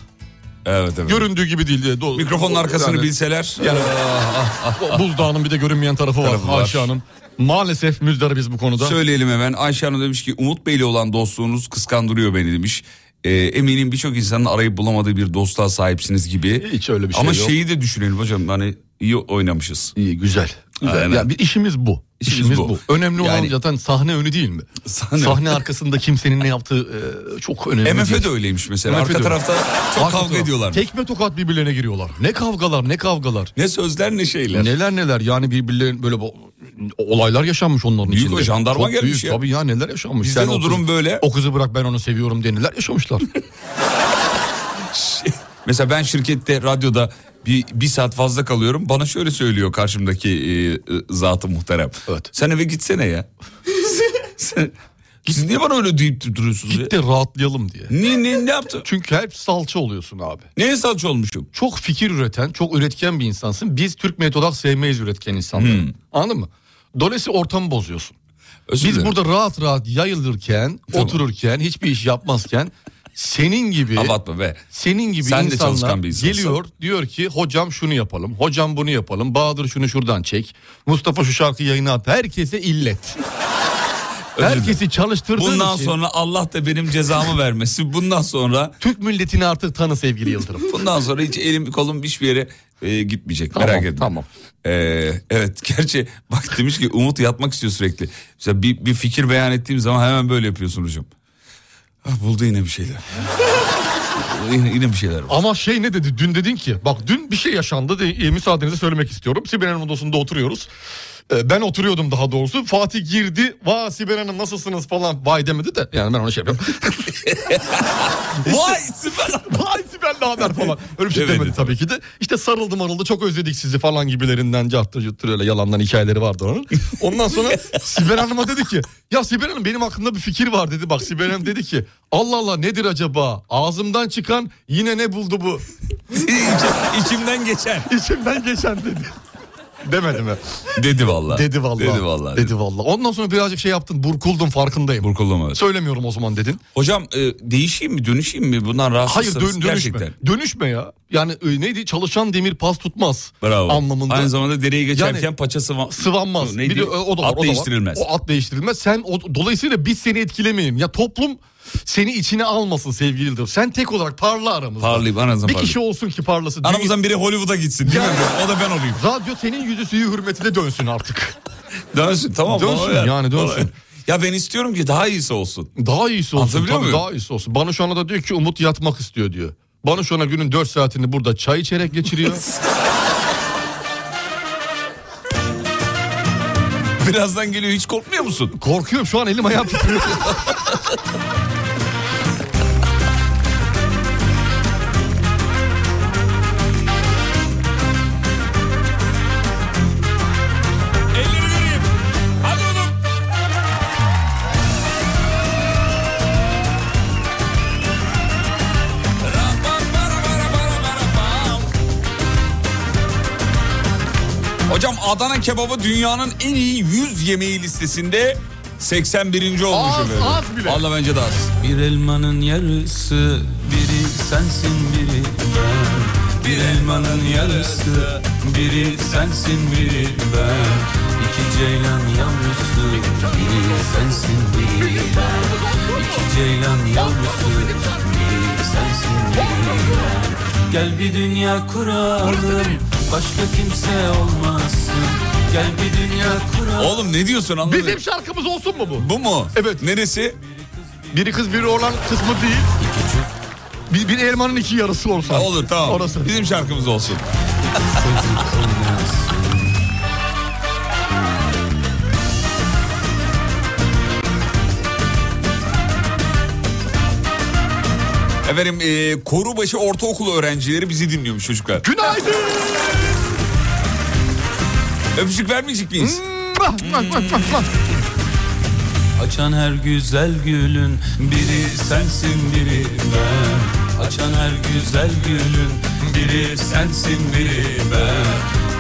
Evet evet. Göründüğü gibi değil. diye. Do- Mikrofonun arkasını bilseler. Yani, Ah, ah, ah. buzdağının bir de görünmeyen tarafı, Tarafı var. var Ayşe Hanım. Maalesef müzdaribiz bu konuda. Söyleyelim hemen. Ayşe Hanım demiş ki Umut Bey'le olan dostluğunuz kıskandırıyor beni demiş. Ee, eminim birçok insanın arayıp bulamadığı bir dostluğa sahipsiniz gibi. Hiç öyle bir şey Ama yok. şeyi de düşünelim hocam hani iyi oynamışız. İyi güzel. Güzel. Aynen. Ya bir işimiz bu. İşimiz İşimiz, bu. bu. Önemli olan Yani- zaten sahne önü değil mi? Sahne- Sahne, arkasında kimsenin ne yaptığı e, çok önemli. MF de değil. öyleymiş mesela. Arka de öyle. tarafta çok Arka kavga taraf. ediyorlar. Tekme tokat birbirlerine giriyorlar. Ne kavgalar ne kavgalar. Ne sözler ne şeyler. Neler neler yani birbirlerinin böyle bu- olaylar yaşanmış onların Büyük içinde. o, jandarma Çok gelmiş büyük, ya. Tabii ya neler yaşanmış. Bizde de o kız- durum böyle. O kızı bırak ben onu seviyorum diye neler [LAUGHS] yaşamışlar. Mesela ben şirkette radyoda bir, bir saat fazla kalıyorum. Bana şöyle söylüyor karşımdaki e, e, zatı muhterem. Sen eve gitsene ya. Sen, siz niye bana öyle deyip duruyorsunuz ya? Git de rahatlayalım diye. Ne, ne, ne yaptı? Çünkü hep salça oluyorsun abi. Neye salça olmuşum? Çok fikir üreten, çok üretken bir insansın. Biz Türk millet olarak sevmeyiz üretken insanları. Anladın mı? Dolayısıyla ortamı bozuyorsun. Hmm. Özür Biz dilerim. burada rahat rahat yayılırken, otururken, hiçbir iş yapmazken senin gibi Abartma be. senin gibi Sen de insanlar çalışkan bir insansın. geliyor diyor ki hocam şunu yapalım, hocam bunu yapalım, Bahadır şunu şuradan çek, Mustafa şu şarkıyı yayına at. Herkese illet. Özür Herkesi çalıştırdığın Bundan için sonra Allah da benim cezamı vermesi. Bundan sonra Türk milletini artık tanı sevgili Yıldırım. bundan sonra hiç elim kolum hiçbir yere e, gitmeyecek. Tamam, merak etme. tamam. Ee, evet [LAUGHS] gerçi bak demiş ki Umut yatmak istiyor sürekli. Mesela bir, bir fikir beyan ettiğim zaman hemen böyle yapıyorsun hocam. Ah, buldu yine bir şeyler. yine, yine bir şeyler var. Ama şey ne dedi dün dedin ki bak dün bir şey yaşandı de, e, müsaadenizle söylemek istiyorum. Sibel Hanım odasında oturuyoruz. E, ben oturuyordum daha doğrusu. Fatih girdi. Vay Sibel Hanım nasılsınız falan. Vay demedi de yani ben ona şey [LAUGHS] yapıyorum. Vay Sibel Vay Sibel ne haber falan. Öyle bir şey Demedi demedi tabii ki de. İşte sarıldım arıldı çok özledik sizi falan gibilerinden carttır cuttur öyle yalandan hikayeleri vardı onun. Ondan [LAUGHS] sonra Sibel Hanım'a dedi ki ya Sibel Hanım benim aklımda bir fikir var dedi. Bak Sibel Hanım dedi ki Allah Allah nedir acaba ağzımdan çıkan yine ne buldu bu İçimden geçen. [LAUGHS] İçimden geçen dedi. Demedi mi? Dedi vallahi. Dedi vallahi. Dedi vallahi. Dedi vallahi. Ondan sonra birazcık şey yaptın. Burkuldum farkındayım. Burkuldum, evet. Söylemiyorum o zaman dedin. Hocam e, değişeyim mi dönüşeyim mi bundan Hayır rahatsızsınız dön, dönüşme. gerçekten. Dönüşme ya. Yani e, neydi? Çalışan demir pas tutmaz. Bravo. Anlamında. Aynı zamanda dereyi geçerken Yani paça sıva... sıvanmaz. Bir Neydi? de e, o da var, At o da var. değiştirilmez. O at değiştirilmez. Sen o, dolayısıyla biz seni etkilemeyelim. Ya toplum seni içine almasın sevgili Yıldırım. Sen tek olarak parla aramızda. Parlayayım, aranızdan Bir parlayayım. kişi olsun ki parlasın. Aramızdan biri Hollywood'a gitsin değil mi? O da ben olayım. Radyo senin yüzü suyu hürmetine dönsün artık. [LAUGHS] Dönsün tamam. Dönsün bana ver. yani, dönsün. Bana ver. Ya ben istiyorum ki daha iyisi olsun. Daha iyisi olsun. Anlatabiliyor Tabii muyum? daha iyisi olsun. Bana şu anda da diyor ki Umut yatmak istiyor diyor. Bana şu anda günün 4 saatini burada çay içerek geçiriyor. [LAUGHS] Birazdan geliyor hiç korkmuyor musun? Korkuyorum şu an elim ayağım titriyor. Elleri vereyim. Hadi oğlum. [LAUGHS] Hocam Adana kebabı dünyanın en iyi 100 yemeği listesinde 81. olmuş Az, efendim. az bile. Vallahi bence de az. Bir elmanın yarısı biri sensin biri ben Bir elmanın yarısı biri sensin biri ben İki ceylan yavrusu biri sensin biri ben İki ceylan yavrusu biri sensin biri ben Gel bir dünya kuralım başka kimse olmasın Gel bir dünya kuralım Oğlum ne diyorsun anlamadım. Bizim şarkımız olsun mu bu? Bu mu? Evet. Neresi? Biri kız biri oğlan kısmı değil. Bir, bir elmanın iki yarısı olsa. Ha, olur tamam. Orası. Bizim şarkımız olsun. Efendim e, Korubaşı Ortaokulu öğrencileri bizi dinliyormuş çocuklar. Günaydın. Öpücük vermeyecek miyiz? Açan her güzel gülün biri sensin biri ben Açan her güzel gülün biri sensin biri ben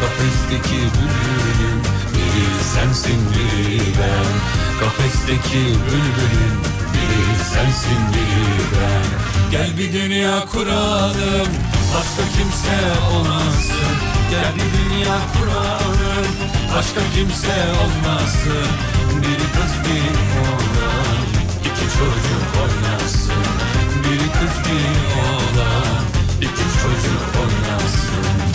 Kafesteki bülbülün biri sensin biri ben Kafesteki bülbülün biri sensin biri ben Gel bir dünya kuralım başka kimse olmasın Gel bir dünya kuralım başka kimse olmasın Biri kız biri oğlan iki çocuk oynasın Biri kız biri oğlan iki çocuk oynasın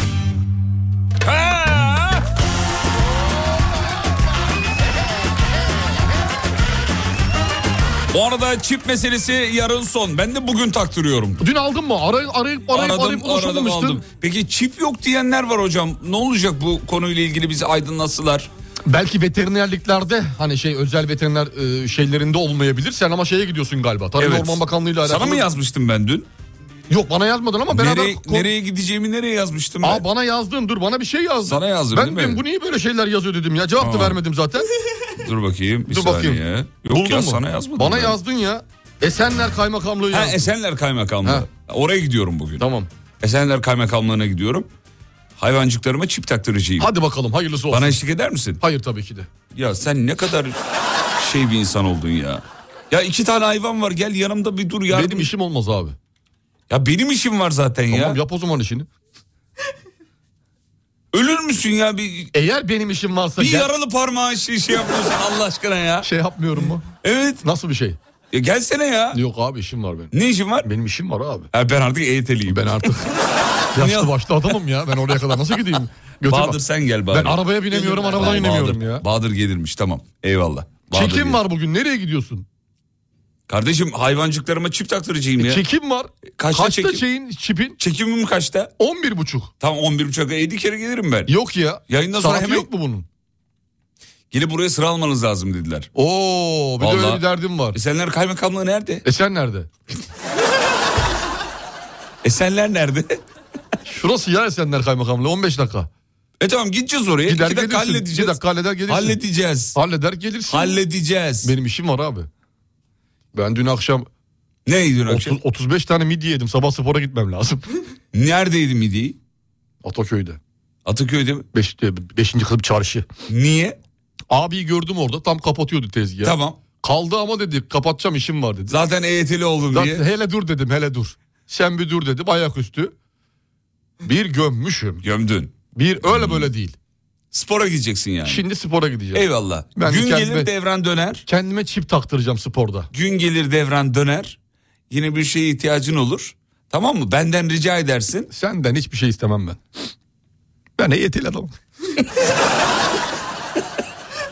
Bu arada çip meselesi yarın son. Ben de bugün taktırıyorum. [LAUGHS] Dün aldın mı? Arayıp arayıp arayıp, aradım, arayıp aradım, ulaşamamıştın. aldım. Peki çip yok diyenler var hocam. Ne olacak bu konuyla ilgili bizi aydınlatsılar? Belki veterinerliklerde hani şey özel veteriner e, şeylerinde olmayabilir. Sen ama şeye gidiyorsun galiba. Tarım ve Orman Bakanlığı ile alakalı. Sana mı yazmıştım ben dün? Yok bana yazmadın ama beraber... nereye, nereye gideceğimi nereye yazmıştım Aa ben? bana yazdın dur bana bir şey yazdın. Sana yazdım, Ben değil mi? dedim bu niye böyle şeyler yazıyor dedim ya cevap da Tamam. vermedim zaten. Dur bakayım bir Dur saniye. bakayım. [LAUGHS] [LAUGHS] Yok Buldun ya mu? sana yazmadım. Bana ben. yazdın ya. Esenler Kaymakamlığı Ha yazdın. Esenler Kaymakamlığı. Ha. Oraya gidiyorum bugün. Tamam. Esenler Kaymakamlığı'na gidiyorum. Hayvancıklarıma çip taktıracağım. Hadi bakalım hayırlısı olsun. Bana eşlik eder misin? Hayır tabii ki de. Ya sen ne kadar şey bir insan oldun ya. Ya iki tane hayvan var gel yanımda bir dur yardım. Benim işim olmaz abi. Ya benim işim var zaten Tamam ya. yap o zaman işini. Ölür müsün ya bir, Eğer benim işim varsa bir gel- yaralı parmağı şey, şey yapmıyorsun Allah aşkına ya. şey yapmıyorum mu? Evet Nasıl bir [LAUGHS] şey? ya gelsene ya. Yok abi işim var benim. Ne işin var? Benim işim var abi. Ha, ben artık E EYT'liyim. Ben [LAUGHS] artık yaşlı başlı adamım ya. Ben oraya kadar nasıl gideyim? Götüm Bahadır sen gel bari. Ben arabaya binemiyorum, Tamam, arabadan inemiyorum Bahadır, ya. Bahadır gelirmiş tamam eyvallah. Bahadır Çekim gelir. var bugün. Nereye gidiyorsun? Kardeşim hayvancıklarıma çip taktıracağım ya. E, Çekim var. Kaçta Kaçta, çekim? şeyin çipin? Çekimim kaçta? 11 buçuk. Tam 11 uçakla 7 kere gelirim ben. Yok ya. Yayından sonra Saati hemen- yok mu bunun? Gelip buraya sıra almanız lazım dediler. Oo, bir de Vallahi- öyle bir derdim var. Esenler Kaymakamlığı nerede? E sen nerede? [LAUGHS] Esenler nerede? [LAUGHS] Şurası ya Esenler Kaymakamlığı 15 dakika. E tamam gideceğiz oraya. Gider İki dakika gelirsin. halledeceğiz. İki dakika halleder gelirsin. Halledeceğiz. Halleder gelirsin. Halledeceğiz. Benim işim var abi. Ben dün akşam Neydi dün akşam? 30, 35 tane midye yedim. Sabah spora gitmem lazım. Neredeydi midiyi? Ataköy'de. Ataköy'de mi? 5. Beş, 5. kılıp çarşı. Niye? Abiyi gördüm orada. Tam kapatıyordu tezgahı. Tamam. Kaldı ama dedi kapatacağım işim var dedi. Zaten EYT'li oldum Lan diye. hele dur dedim hele dur. Sen bir dur dedim ayaküstü. Bir gömmüşüm. Gömdün. Hmm. Bir öyle böyle değil. Spora gideceksin yani. Şimdi spora gideceğim. Eyvallah. Ben Gün kendime- gelir devran döner. Kendime çip taktıracağım sporda. Gün gelir devran döner. Yine bir şeye ihtiyacın olur. Tamam mı? Benden rica edersin. Senden hiçbir şey istemem ben. Ben heyetiyle [LAUGHS] adamım.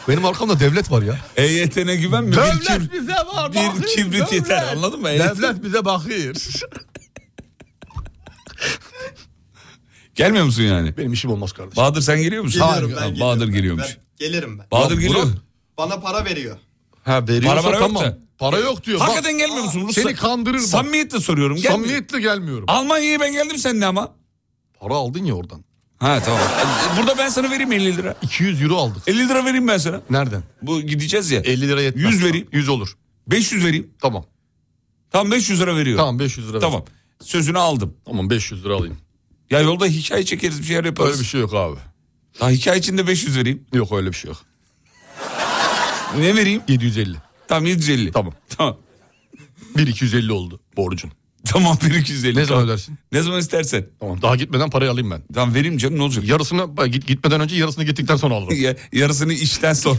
Benim arkamda devlet var ya. EYT'ne güvenme. Bir, kibrit- bize var. bir kibrit yeter anladın mı? EYT Devlet bize bakıyor. Gelmiyor musun yani? Benim işim olmaz kardeşim. Bahadır sen geliyor musun? Geliyorum ben. Ha, geliyorum. Bahadır Ben- geliyormuş. gelirim ben. Bahadır Lan geliyor. Burak, Bana para veriyor. Ha Para para yok tamam. da. Para yok diyor. Bak, Hakikaten gelmiyor musun? Ruhsat- seni kandırır bak. Samimiyetle soruyorum. Gelmiyor. Samimiyetle gelmiyorum. Almanya'ya ben geldim seninle ama. Para aldın ya oradan. Ha tamam. E, Burada ben sana vereyim 50 lira. 200 euro aldık. 50 lira vereyim ben sana. Nereden? Bu gideceğiz ya. 50 lira yetmez. 100 vereyim. 100 olur. 500 vereyim. Tamam. Tamam 500 lira veriyorum. Tamam 500 lira. Tamam. Sözünü aldım. Tamam 500 lira alayım. Ya yolda hikaye çekeriz bir şeyler yaparız. Öyle bir şey yok abi. Daha hikaye içinde 500 vereyim. Yok öyle bir şey yok. Ne vereyim? 750. Tamam 750. Tamam. Tamam. 1250 oldu borcun. Tamam 1250. Ne zaman Tamam. ödersin? Ne zaman istersen. Tamam. Daha gitmeden parayı alayım ben. Tamam vereyim canım ne olacak? Yarısını bak, git, gitmeden önce yarısını gittikten sonra alırım. [LAUGHS] Ya- yarısını işten sonra.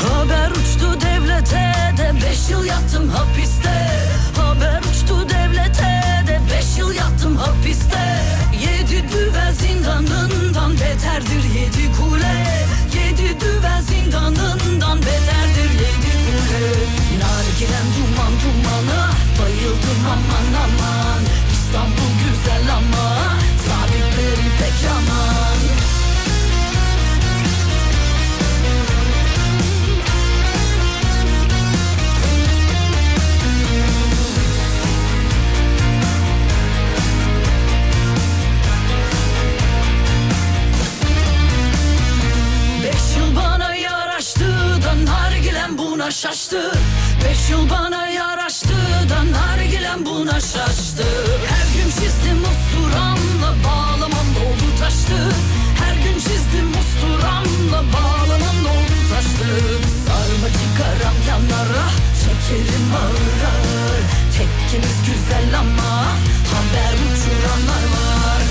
Yollarımız Beş yıl yattım hapiste Haber uçtu devlete de Beş yıl yattım hapiste Yedi düvel zindanından Beterdir yedi kule Yedi düvel zindanından Beterdir yedi kule Nargilen duman dumana Bayıldım aman aman İstanbul güzel ama Zabitleri pek yaman Beş yıl bana yaraştı da nargilem buna şaştı Beş yıl bana yaraştı da nargilem buna şaştı Her gün çizdim usturamla bağlamam doldu taştı Her gün çizdim usturamla bağlamam doldu taştı Sarmacı karam yanlara çekerim ağır ağır Tekkimiz güzel ama haber uçuranlar var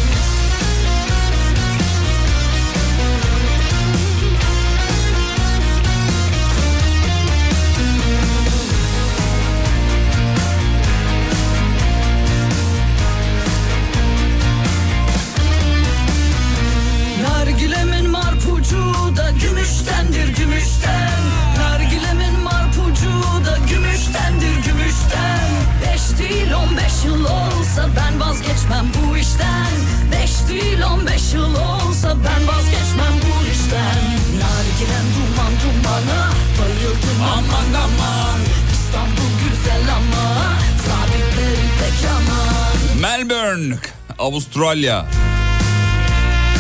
Nargilemin marpucu da gümüştendir gümüşten Nargilemin marpucu da gümüştendir gümüşten Beş değil on beş yıl olsa ben vazgeçmem bu işten Beş değil on beş yıl olsa ben vazgeçmem bu işten Nargilem duman dumana bayıldım aman aman İstanbul güzel ama sabitleri pek yaman Melbourne, Avustralya.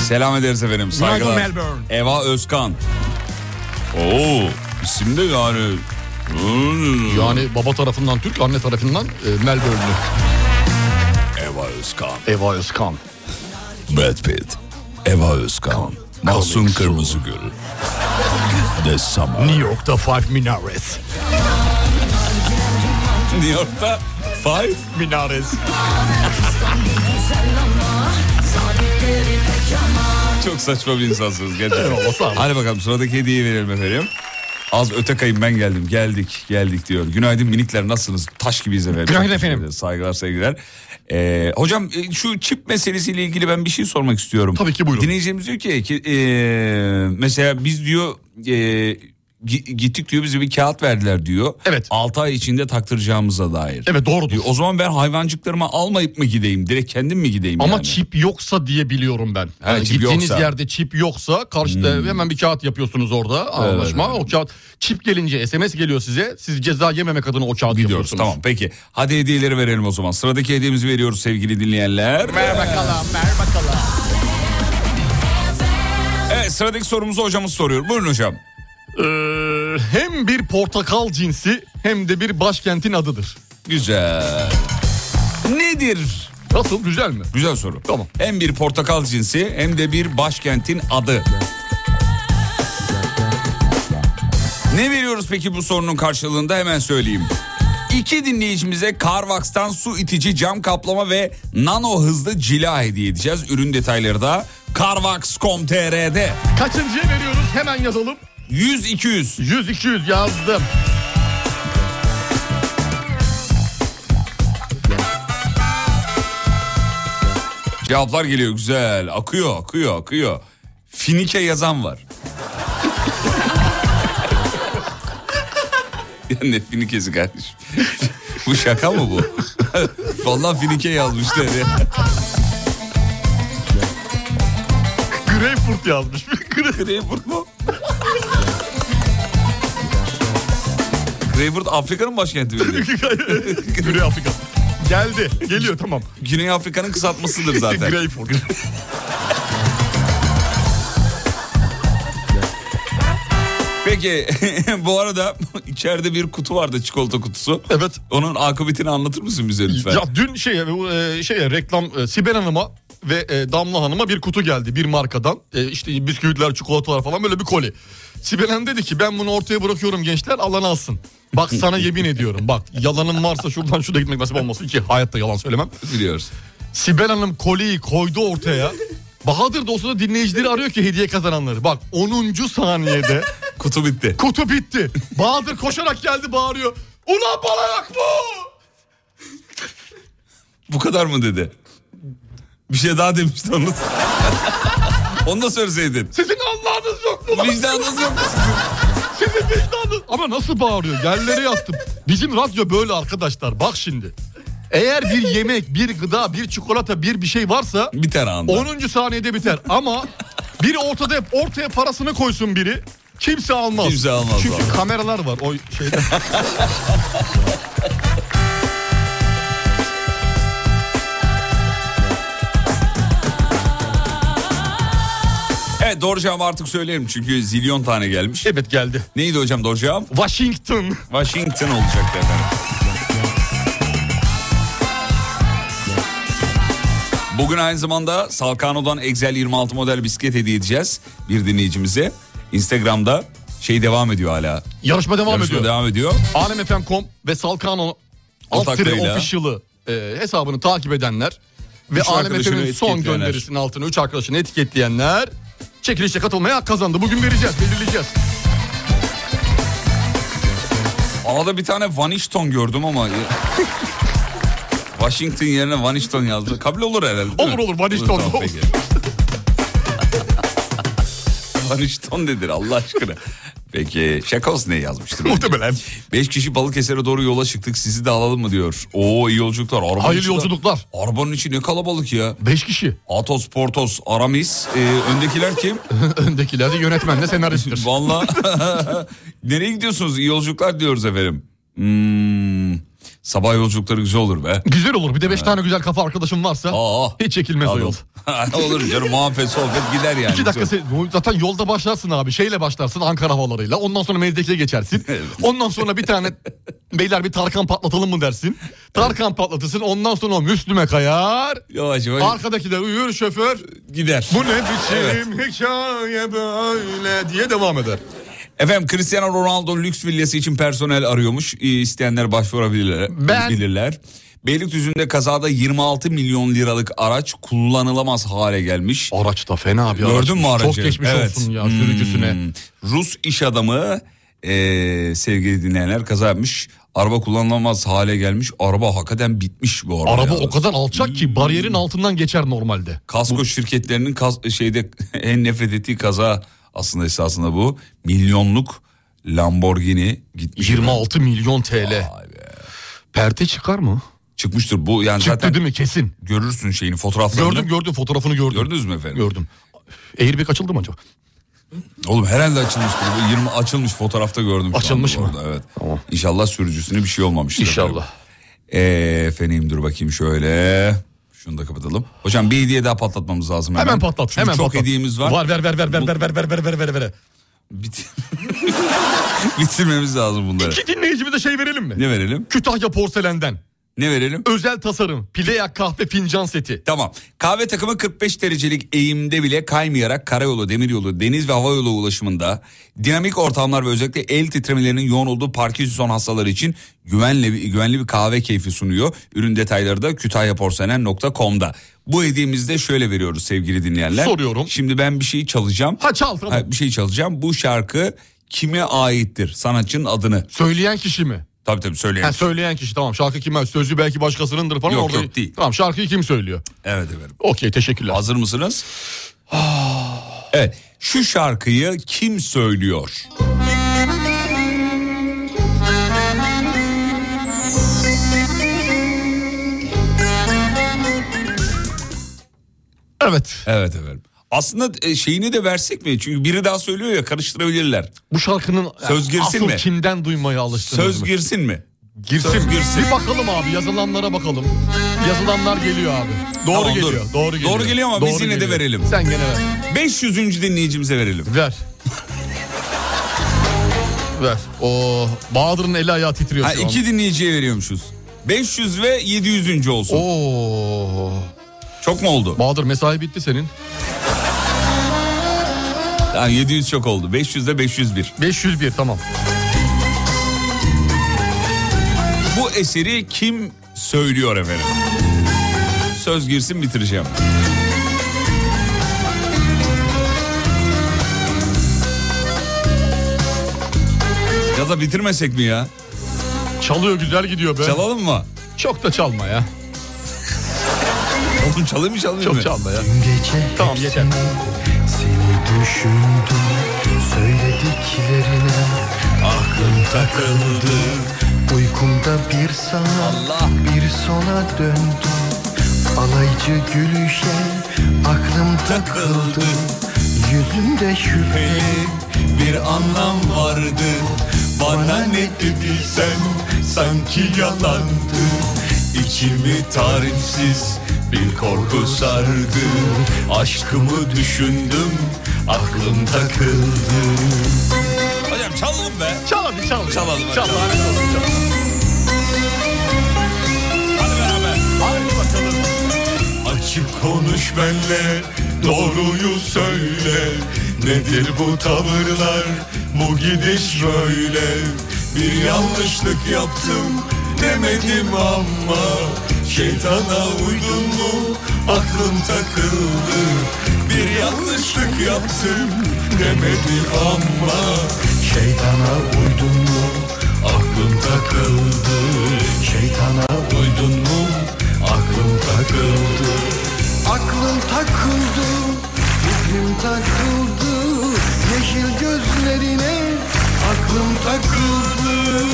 Selam ederiz efendim. Saygılar. Günaydın Melbourne. Eva Özkan. Oo, isim de yani. [LAUGHS] Yani baba tarafından Türk, anne tarafından e, Melbourne'lü. Eva Özkan. Eva Özkan. Brad Pitt. Eva Özkan. Mahsun Kırmızıgül. The Summer. New York'ta Five Minares. New York'ta Five [LAUGHS] Minares. Çok saçma bir insansınız gerçekten. Eyvallah, sağ olun. Hadi bakalım sıradaki hediyeyi verelim efendim. Az öte kayın ben geldim. Geldik, geldik diyor. Günaydın minikler nasılsınız? Taş gibiyiz efendim. Günaydın Çok teşekkür efendim. ederiz. Saygılar sevgiler. Ee, hocam e, şu çip meselesiyle ilgili ben bir şey sormak istiyorum. Tabii ki, buyurun. Dinleyicimiz diyor ki, ki, e, mesela biz diyor e, gi- gittik diyor bize bir kağıt verdiler diyor. Evet. 6 ay içinde taktıracağımıza dair. Evet doğrudur. Diyor, o zaman ben hayvancıklarımı almayıp mı gideyim? Direkt kendim mi gideyim Ama yani? çip yoksa diye biliyorum ben. Ha, Yani çip gittiğiniz yoksa. Hmm. yerde çip yoksa karşıda hemen bir kağıt yapıyorsunuz orada anlaşma. O kağıt çip gelince SMS geliyor size. Siz ceza yememek adına o kağıt Gidiyoruz yapıyorsunuz. tamam peki. Hadi hediyeleri verelim o zaman. Sıradaki hediyemizi veriyoruz sevgili dinleyenler. Ver bakalım, ver bakalım. Evet sıradaki sorumuzu hocamız soruyor. Buyurun hocam. Ee, hem bir portakal cinsi hem de bir başkentin adıdır. Güzel. Nedir? Nasıl güzel mi? Güzel soru. Tamam. Hem bir portakal cinsi hem de bir başkentin adı. Ne veriyoruz peki bu sorunun karşılığında hemen söyleyeyim. İki dinleyicimize Carvax'tan su itici cam kaplama ve nano hızlı cila hediye edeceğiz. Ürün detayları da carvax.com.tr'de. Kaçıncıya veriyoruz hemen yazalım. 100-200. 100-200 yazdım. Cevaplar geliyor güzel. Akıyor, akıyor, akıyor. Finike yazan var. [LAUGHS] ya ne finikesi kardeşim? bu şaka mı bu? Vallahi finike yazmışlar ya. Greyfurt yazmış. Greyfurt mu? Greyfurt Afrika'nın başkenti miydi? [LAUGHS] Güney Afrika. Geldi. Geliyor tamam. Güney Afrika'nın kısaltmasıdır zaten. [LAUGHS] Greyfurt. Peki [LAUGHS] bu arada içeride bir kutu vardı çikolata kutusu. Evet. Onun akıbetini anlatır mısın bize lütfen? Ya dün şey şey reklam e, Sibel Hanım'a ve e, Damla Hanım'a bir kutu geldi bir markadan. E, işte bisküvitler, çikolatalar falan böyle bir koli. Sibel Hanım dedi ki ben bunu ortaya bırakıyorum gençler alan alsın. Bak [LAUGHS] sana yemin ediyorum bak yalanın varsa şuradan şuraya gitmek nasip olmasın ki hayatta yalan söylemem. Biliyoruz. Sibel Hanım koliyi koydu ortaya. Bahadır da o sırada dinleyicileri arıyor ki hediye kazananları. Bak 10. saniyede [LAUGHS] Kutu bitti. kutu bitti. Bahadır koşarak geldi bağırıyor. Ulan bana yak bu! Bu kadar mı dedi? Bir şey daha demişti onu. [LAUGHS] onu da söyleseydin. Sizin Allah'ınız yok mu? lan? Vicdanınız yok mu? Sizin vicdanınız. Ama nasıl bağırıyor? Yerlere yattım. Bizim radyo böyle arkadaşlar. Bak şimdi. Eğer bir yemek, bir gıda, bir çikolata, bir bir şey varsa... Biter anda. 10. saniyede biter. Ama biri ortada hep ortaya parasını koysun biri. Kimse almaz. Kimse almaz Çünkü vallahi. kameralar var o [LAUGHS] şeyde. Evet doğru cevabı artık söylerim çünkü zilyon tane gelmiş. Evet geldi. Neydi hocam doğru cevap? Washington. Washington olacaktı efendim. Bugün aynı zamanda Salkano'dan Excel 26 model bisiklet hediye edeceğiz bir dinleyicimize. Instagram'da şey devam ediyor hala. Yarışma devam Yarışma ediyor. devam ediyor. Alemfm.com ve Salkano alt tire Ortaklığıyla. official'ı e, hesabını takip edenler ve Üç arkadaşını Alemfm'in son etiketleyenler. gönderisinin altına 3 arkadaşını etiketleyenler çekilişe katılmaya hak kazandı. Bugün vereceğiz, belirleyeceğiz. Ağda bir tane Vanishton gördüm ama... Washington yerine Vanishton yazdı. Kabul olur herhalde değil Olur, mi? olur, Vanishton. tamam, peki. [LAUGHS] Vanishton nedir Allah aşkına? Peki Şakos ne yazmıştır? Muhtemelen. Beş kişi Balıkesir'e doğru yola çıktık sizi de alalım mı diyor. Oo iyi yolculuklar. Arabanın Hayırlı içi de- yolculuklar. Arabanın içi ne kalabalık ya. 5 kişi. Atos, Portos, Aramis. Ee, öndekiler kim? [LAUGHS] Öndekiler de yönetmenle [LAUGHS] senaristtir. Valla nereye gidiyorsunuz? İyi yolculuklar diyoruz efendim. Hmm, sabah yolculukları güzel olur be. Güzel olur. Bir de 5 tane güzel kafa arkadaşım varsa Aa, hiç çekilmez o yol. olur. [LAUGHS] olur canım muhabbet sohbet gider yani. 2 dakika se- zaten yolda başlarsın abi. Şeyle başlarsın Ankara havalarıyla. Ondan sonra Mezdeki'ye [LAUGHS] geçersin. Ondan sonra bir tane beyler bir Tarkan patlatalım mı dersin. Tarkan patlatırsın. Ondan sonra o Müslüme kayar. Yavaş yavaş Arkadaki de uyur şoför. gider. Bu ne biçim hikaye böyle diye devam eder. Efendim Cristiano Ronaldo lüks villası için personel arıyormuş. Ee, İsteyenler başvurabilirler. Ben- Bilirler. Beylikdüzü'nde kazada 26 milyon liralık araç kullanılamaz hale gelmiş. Araç da fena bir araç. Gördün mü aracı? Çok geçmiş Evet. olsun ya sürücüsüne. Hmm. Rus iş adamı eee, sevgili dinleyenler kaza yapmış. Araba kullanılamaz hale gelmiş. Araba hakikaten bitmiş bu araba. Araba ya. Hmm. o kadar alçak ki bariyerin altından geçer normalde. Kasko şirketlerinin kas- şeyde [LAUGHS] en nefret ettiği kaza aslında esasında bu. Milyonluk Lamborghini gitmiş. 26 milyon TL. Perte çıkar mı? Çıkmıştır bu yani Çıktı zaten değil mi kesin? görürsün şeyini fotoğraflarını. Gördüm gördüm fotoğrafını gördüm. Gördünüz mü efendim? Gördüm. Airbag açıldı mı acaba? Oğlum herhalde açılmıştır. Bu 20 açılmış fotoğrafta gördüm. şu Açılmış anda mı? orada, Evet. İnşallah sürücüsüne bir şey olmamıştır. İnşallah. Ee, efendim dur bakayım şöyle. Şunu da kapatalım. Hocam bir hediye daha patlatmamız lazım hemen. Hemen patlat. Çünkü hemen çok patlat. hediyemiz var. Var ver ver ver ver ver ver ver ver ver ver ver. Bit- [LAUGHS] Bitirmemiz lazım bunları. İki dinleyicimize şey verelim mi? Ne verelim? Kütahya porselenden. Ne verelim? Özel tasarım. Pileya kahve fincan seti. Tamam. Kahve takımı 45 derecelik eğimde bile kaymayarak karayolu, demiryolu, deniz ve havayolu ulaşımında dinamik ortamlar ve özellikle el titremelerinin yoğun olduğu Parkinson hastaları için güvenli bir, güvenli bir kahve keyfi sunuyor. Ürün detayları da kütahyaporselen.com'da. Bu hediyemizde şöyle veriyoruz sevgili dinleyenler. Soruyorum. Şimdi ben bir şey çalacağım. Ha çal tamam. Ha, bir şey çalacağım. Bu şarkı kime aittir? Sanatçının adını. Söyleyen kişi mi? Tabii tabii söyleyin. Ha, söyleyen kişi tamam şarkı kime? Sözü belki başkasınındır falan. Yok, orada... yok, değil. Tamam şarkıyı kim söylüyor? Evet efendim. Okey teşekkürler. Ah. Hazır mısınız? evet. Şu şarkıyı kim söylüyor? Evet Evet efendim. Aslında e, şeyini de versek mi? Çünkü biri daha söylüyor ya karıştırabilirler. bu şarkının e, Söz girsin asıl mi? kimden duymaya alıştınız Söz mı? girsin mi? girsin. söz girsin. Bir bakalım abi yazılanlara bakalım. Yazılanlar geliyor abi. Doğru Tamam, dur. geliyor. Doğru geliyor. Doğru geliyor ama biz yine de verelim. Sen gene ver. 500. dinleyicimize verelim. Ver. Ver. O Bahadır'ın eli ayağı titriyor Ha, şu an. iki dinleyiciye veriyormuşuz. 500 ve 700. olsun. Oo. Çok mu oldu? Bahadır mesai bitti senin. Ha, 700 çok oldu. 500 de 501. 501 tamam. Bu eseri kim söylüyor efendim? Söz girsin bitireceğim. Ya da bitirmesek mi ya? Çalıyor güzel gidiyor be. Çalalım mı? Çok da çalma ya. Oğlum çalayım mı çalmayayım Çok mı? çalma ya. Tamam yeter. Seni düşündüm söylediklerine Aklım takıldı Uykumda bir sağa bir sola döndüm Alaycı gülüşe aklım takıldı Yüzünde şüpheli bir anlam vardı Bana ne dediysen sanki yalandı İçimi tarifsiz bir korku sardı Aşkımı düşündüm aklım takıldı Hocam çalalım be. Çalalım çalalım. Çalalım. hadi, Çalalım. çalalım. Hadi beraber. Hadi bakalım. Açık konuş benle doğruyu söyle Nedir bu tavırlar bu gidiş böyle Bir yanlışlık yaptım demedim ama Şeytana uydum mu aklım takıldı Bir yanlışlık yaptım demedim ama Şeytana uydum mu aklım takıldı Şeytana uydun mu aklım takıldı Aklım takıldı Fikrim takıldı Yeşil gözlerine Aklım takıldı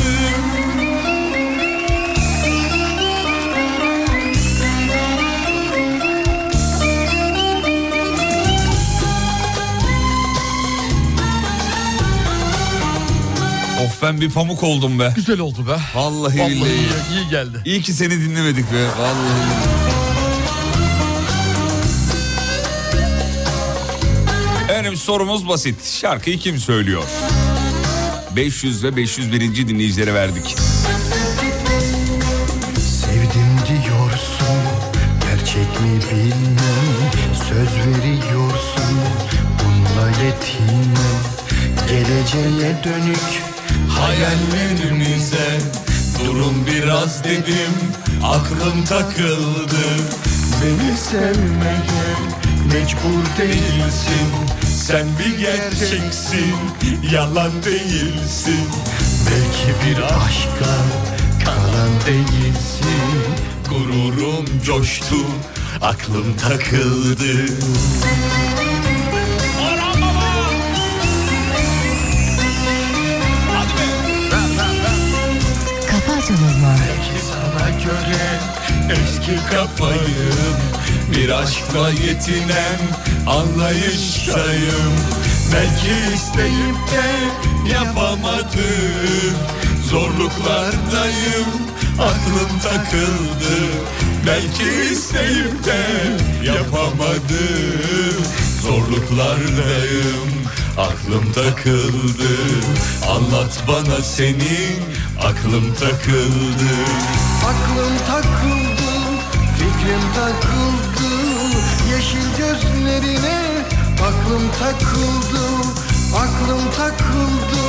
Of ben bir pamuk oldum be. Güzel oldu be. Vallahi, Vallahi billahi. iyi- iyi geldi. İyi ki seni dinlemedik be. Vallahi. Efendim sorumuz basit. Şarkıyı kim söylüyor? 500 ve 501. dinleyicilere verdik. Sevdim diyorsun Gerçek mi bilmem Söz veriyorsun Bununla yetinmem Geleceğe dönük Hayallerimize Durun biraz dedim Aklım takıldı Beni sevmeye Mecbur değilsin Sen bir gerçeksin Yalan değilsin Belki bir aşka Kalan değilsin Gururum coştu Aklım takıldı Kafa Açan Uzman. Belki sana göre eski kafayım Bir aşkla yetinen anlayıştayım Belki isteyip de yapamadım Zorluklardayım aklım takıldı Belki isteyip de yapamadım Zorluklardayım aklım takıldı Anlat bana senin aklım takıldı Aklım takıldı, fikrim takıldı Yeşil gözlerine aklım takıldı Aklım takıldı,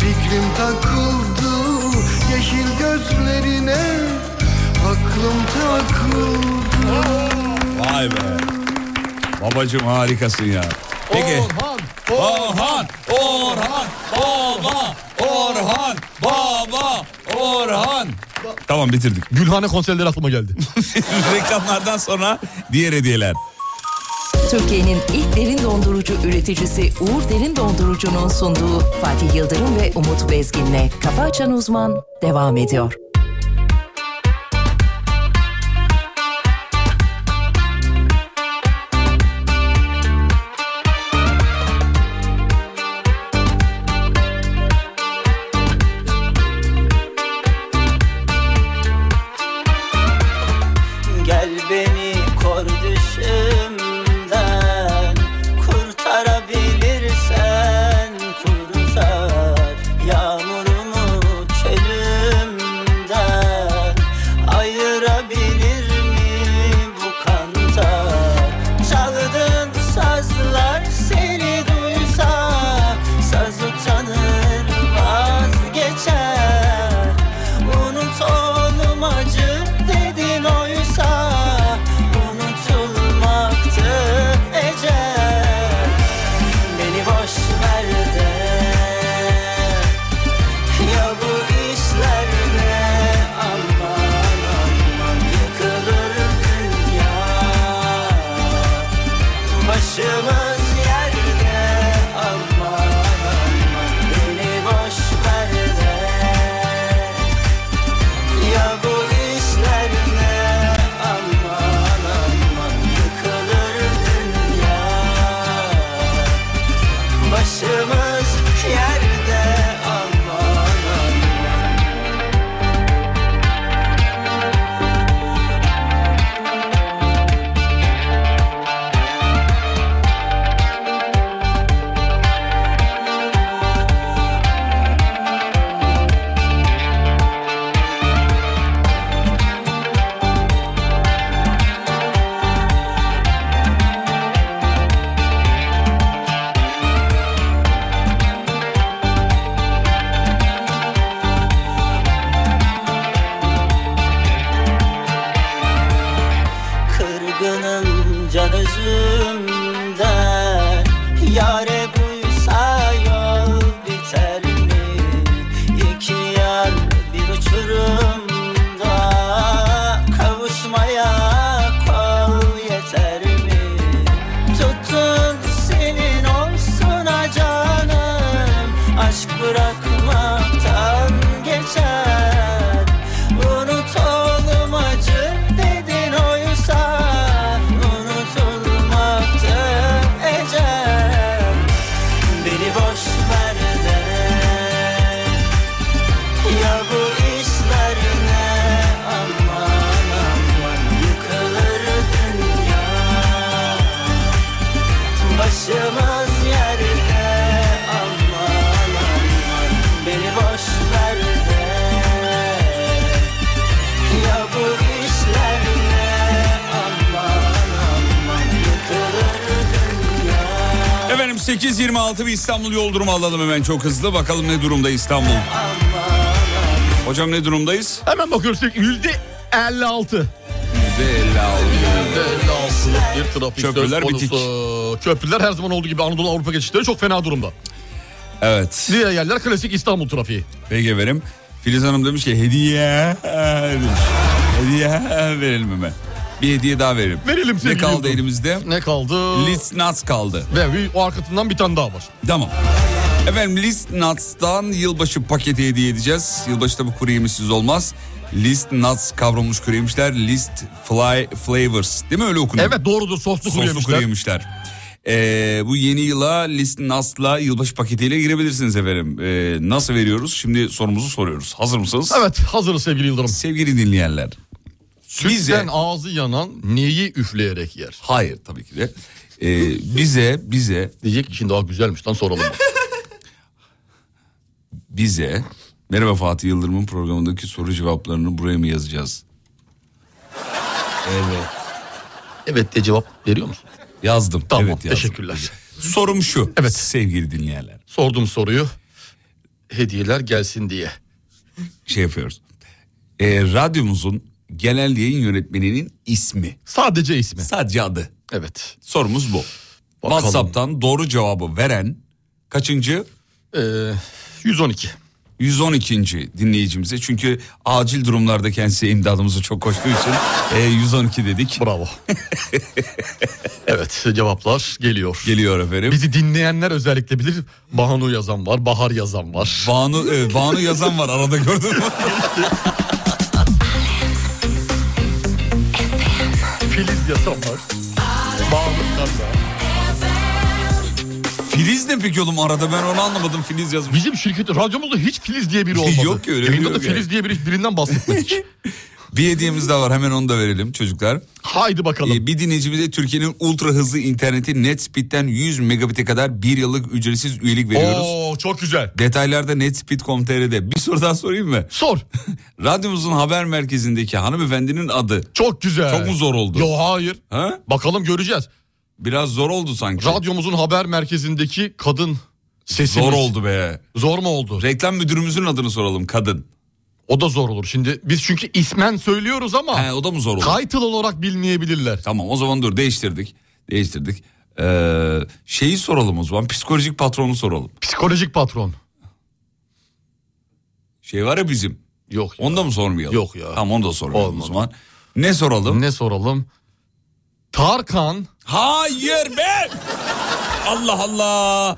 fikrim takıldı Yeşil gözlerine aklım takıldı Vay be. Babacım harikasın ya. Peki. Orhan, Orhan, baba, Orhan, baba, Orhan. Tamam bitirdik. Gülhane konserleri aklıma geldi. [LAUGHS] Reklamlardan sonra diğer hediyeler. Türkiye'nin ilk derin dondurucu üreticisi Uğur Derin Dondurucu'nun sunduğu Fatih Yıldırım ve Umut Bezgin'le Kafa Açan Uzman devam ediyor. Gel beni kor düşümden Kurtarabilirsen kurtar Yağmurumu çölümden aşk bırakmaktan geçer Unut oğlum acı dedin oysa Unutulmaktı ecel Beni boş ver de Ya bu işler ne aman aman Yıkılır dünya Başımız yerde aman aman Beni boş ver de Ya bu işler ne aman aman Yıkılır dünya Efendim 8.26 bir İstanbul yol durumu alalım hemen çok hızlı. Bakalım ne durumda İstanbul. Hocam ne durumdayız? Hemen bakıyoruz yüzde 56. Yüzde 56. Bir trafik Köprüler söz konusu. bitik. Ee, Köprüler her zaman olduğu gibi Anadolu Avrupa geçişleri çok fena durumda. Evet. Diğer yerler klasik İstanbul trafiği. Peki efendim. Filiz Hanım demiş ki hediye demiş. Hediye verelim hemen. Bir hediye daha verelim. Verelim Ne sevgili kaldı Yıldırım. elimizde? Ne kaldı? List Nuts kaldı. Ve bir- o arkasından bir tane daha var. Tamam. Efendim List Nuts'tan yılbaşı paketi hediye edeceğiz. Yılbaşı tabi kuru yemişsiz olmaz. List Nuts kavrulmuş kuru yemişler. List Fly Flavors değil mi öyle okunuyor? Evet doğrudur soslu kuru Soslu yemişler. kuru yemişler. Ee, bu yeni yıla List Nuts'la yılbaşı paketiyle girebilirsiniz efendim. Ee, nasıl veriyoruz? Şimdi sorumuzu soruyoruz. Hazır mısınız? Evet hazırız sevgili Yıldırım. Sevgili dinleyenler. Sütten bize- ağzı yanan neyi üfleyerek yer? Hayır tabii ki de. Ee, bize, bize... Diyecek ki şimdi daha güzelmiş lan soralım. [LAUGHS] bize Merhaba Fatih Yıldırım'ın programındaki soru cevaplarını buraya mı yazacağız? Evet. Evet de cevap veriyor musun? Yazdım. Tamam evet, yazdım. teşekkürler. Sorum şu. Evet. Sevgili dinleyenler. Sordum soruyu. Hediyeler gelsin diye. Şey yapıyoruz. Ee, radyomuzun genel yayın yönetmeninin ismi. Sadece ismi. Sadece adı. Evet. Sorumuz bu. Bakalım. WhatsApp'tan doğru cevabı veren kaçıncı? Ee, 112. 112. dinleyicimize. Çünkü acil durumlarda kendisi imdadımızı çok koştuğu için e, 112 dedik. Bravo. [LAUGHS] Evet cevaplar geliyor. Geliyor efendim. Bizi dinleyenler özellikle bilir. Banu yazan var, Bahar yazan var. Banu, e, Banu yazan var arada gördün [LAUGHS] mü? Filiz yazan var. Banu yazan var. Filiz ne peki oğlum arada ben onu anlamadım Filiz yazmış. Bizim şirkette radyomuzda hiç Filiz diye biri olmadı. [LAUGHS] Yok ki öyle biri Yayında da yok yani. Filiz diye biri, birinden bahsetmedik. [LAUGHS] Bir hediyemiz daha var hemen onu da verelim çocuklar. Haydi bakalım. Ee, bir dinleyicimize Türkiye'nin ultra hızlı interneti NetSpeed'den 100 megabit'e kadar bir yıllık ücretsiz üyelik veriyoruz. Oo çok güzel. Detaylarda netspeed.com.tr'de. Bir soru daha sorayım mı? Sor. [LAUGHS] Radyomuzun haber merkezindeki hanımefendinin adı. Çok güzel. Çok mu zor oldu? Yo hayır. Ha? Bakalım göreceğiz. Biraz zor oldu sanki. Radyomuzun haber merkezindeki kadın sesimiz. Zor oldu be. Zor mu oldu? Reklam müdürümüzün adını soralım kadın. O da zor olur. Şimdi biz çünkü ismen söylüyoruz ama He, o da mı zor oldu? title olarak bilmeyebilirler. Tamam o zaman dur değiştirdik. Değiştirdik. Ee, şeyi soralım o zaman psikolojik patronu soralım. Psikolojik patron. Şey var ya bizim. Yok ya. Onu da mı sormayalım? Yok ya. Tamam onu da sormayalım Olmadı. o zaman. Ne soralım? Ne soralım? Tarkan. Hayır be! Allah Allah!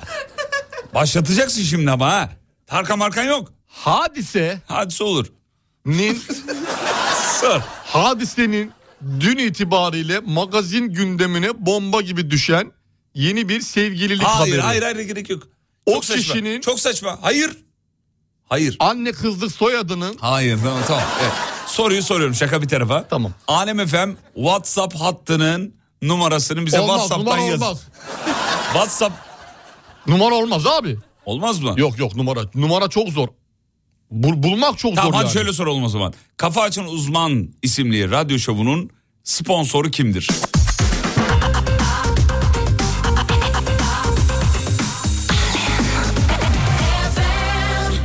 Başlatacaksın şimdi ama ha. Tarkan markan yok. Hadise Hadise olur. nin Sor. hadisenin dün itibariyle magazin gündemine bomba gibi düşen yeni bir sevgililik Hayır haberi. hayır hayır gerek yok. O Çok saçma. kişinin- Çok saçma. Hayır. Hayır. Anne kızlık soyadının Hayır tamam tamam. Evet. Soruyu soruyorum şaka bir tarafa. Tamam. Alem FM WhatsApp hattının numarasını bize olmaz WhatsApp'tan numara yaz. olmaz. WhatsApp Numara olmaz abi. olmaz mı? Yok yok numara numara çok zor. Bul- bulmak çok Tamam zor hadi yani. şöyle soralım o zaman. Kafa Açan Uzman isimli radyo şovunun sponsoru kimdir?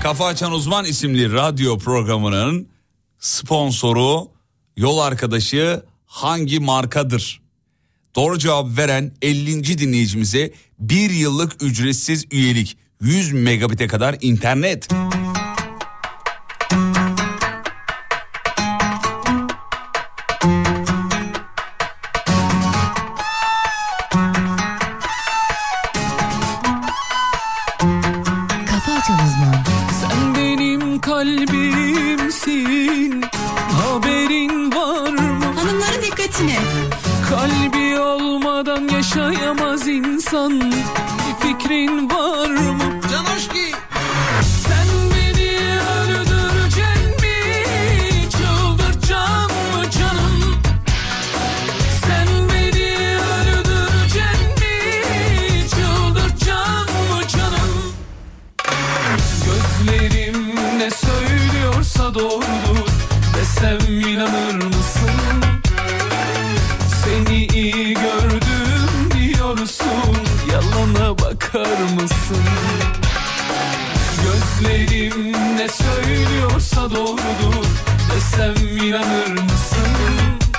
Kafa Açan Uzman isimli radyo programının sponsoru, yol arkadaşı hangi markadır? Doğru cevap veren 50. dinleyicimize bir yıllık ücretsiz üyelik 100 megabite kadar internet. Kafa Açan sorsan bir fikrin var mı? Canoşki! Sen beni öldüreceksin mi? Çıldırtacağım mı canım? Sen beni öldüreceksin mi? Çıldırtacağım mı canım? Gözlerim ne söylüyorsa doğrudur Desem inanır mısın? Seni iyi gördüm diyorsun Yalana bakar mısın? Gözlerim ne söylüyorsa doğrudur Desem inanır mısın?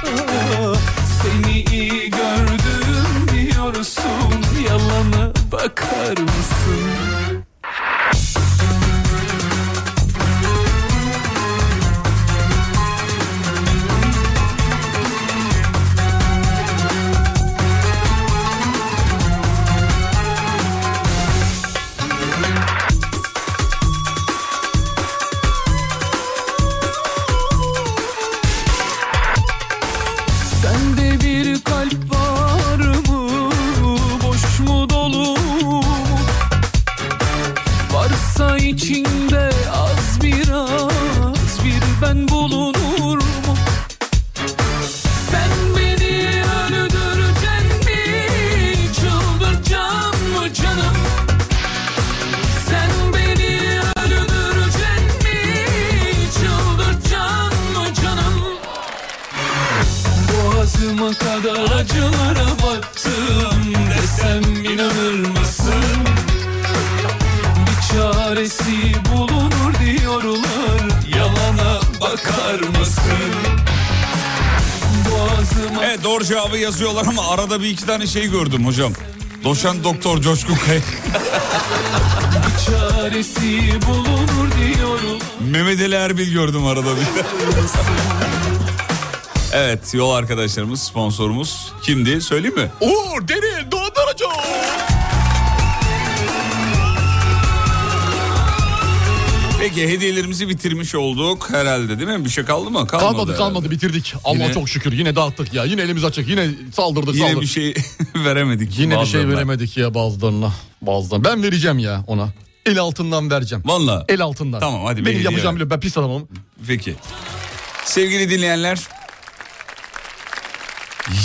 Ah, Seni iyi gördüm diyorsun Yalana bakar mısın? Sende bir kalp var mı? Boş mu dolu mu? Varsa içinde az biraz bir ben bulunur mu? Sen beni öldüreceksin mi? Çıldıracağım mı canım? Sen beni öldüreceksin mi? Çıldıracağım mı canım? Boğazıma kadar acılara battım desem inanır mısın? Bir çaresi bulunur diyorlar yalana bakar mısın? Boğazıma Evet doğru cevabı yazıyorlar ama arada bir iki tane şey gördüm hocam. Doşan Doktor Coşkun Kaya. [LAUGHS] bir çaresi bulunur diyorlar Mehmet Ali Erbil gördüm arada bir. evet yol arkadaşlarımız sponsorumuz kimdi söyleyeyim mi? Uğur Derin Dondurucu. Peki hediyelerimizi bitirmiş olduk herhalde değil mi? Bir şey kaldı mı? Kalmadı. Kalmadı kalmadı, herhalde. bitirdik. Allah Yine- çok şükür yine dağıttık ya. Yine elimiz açık yine saldırdık Yine saldırdık. bir şey [LAUGHS] veremedik. Yine bir şey bazılarına. veremedik ya bazılarına. Bazılarına. Ben vereceğim ya ona. El altından vereceğim. Valla. El altından. Tamam, hadi bir Benim hediye yapacağım ver. bile ben pis adamım. Peki. Sevgili dinleyenler.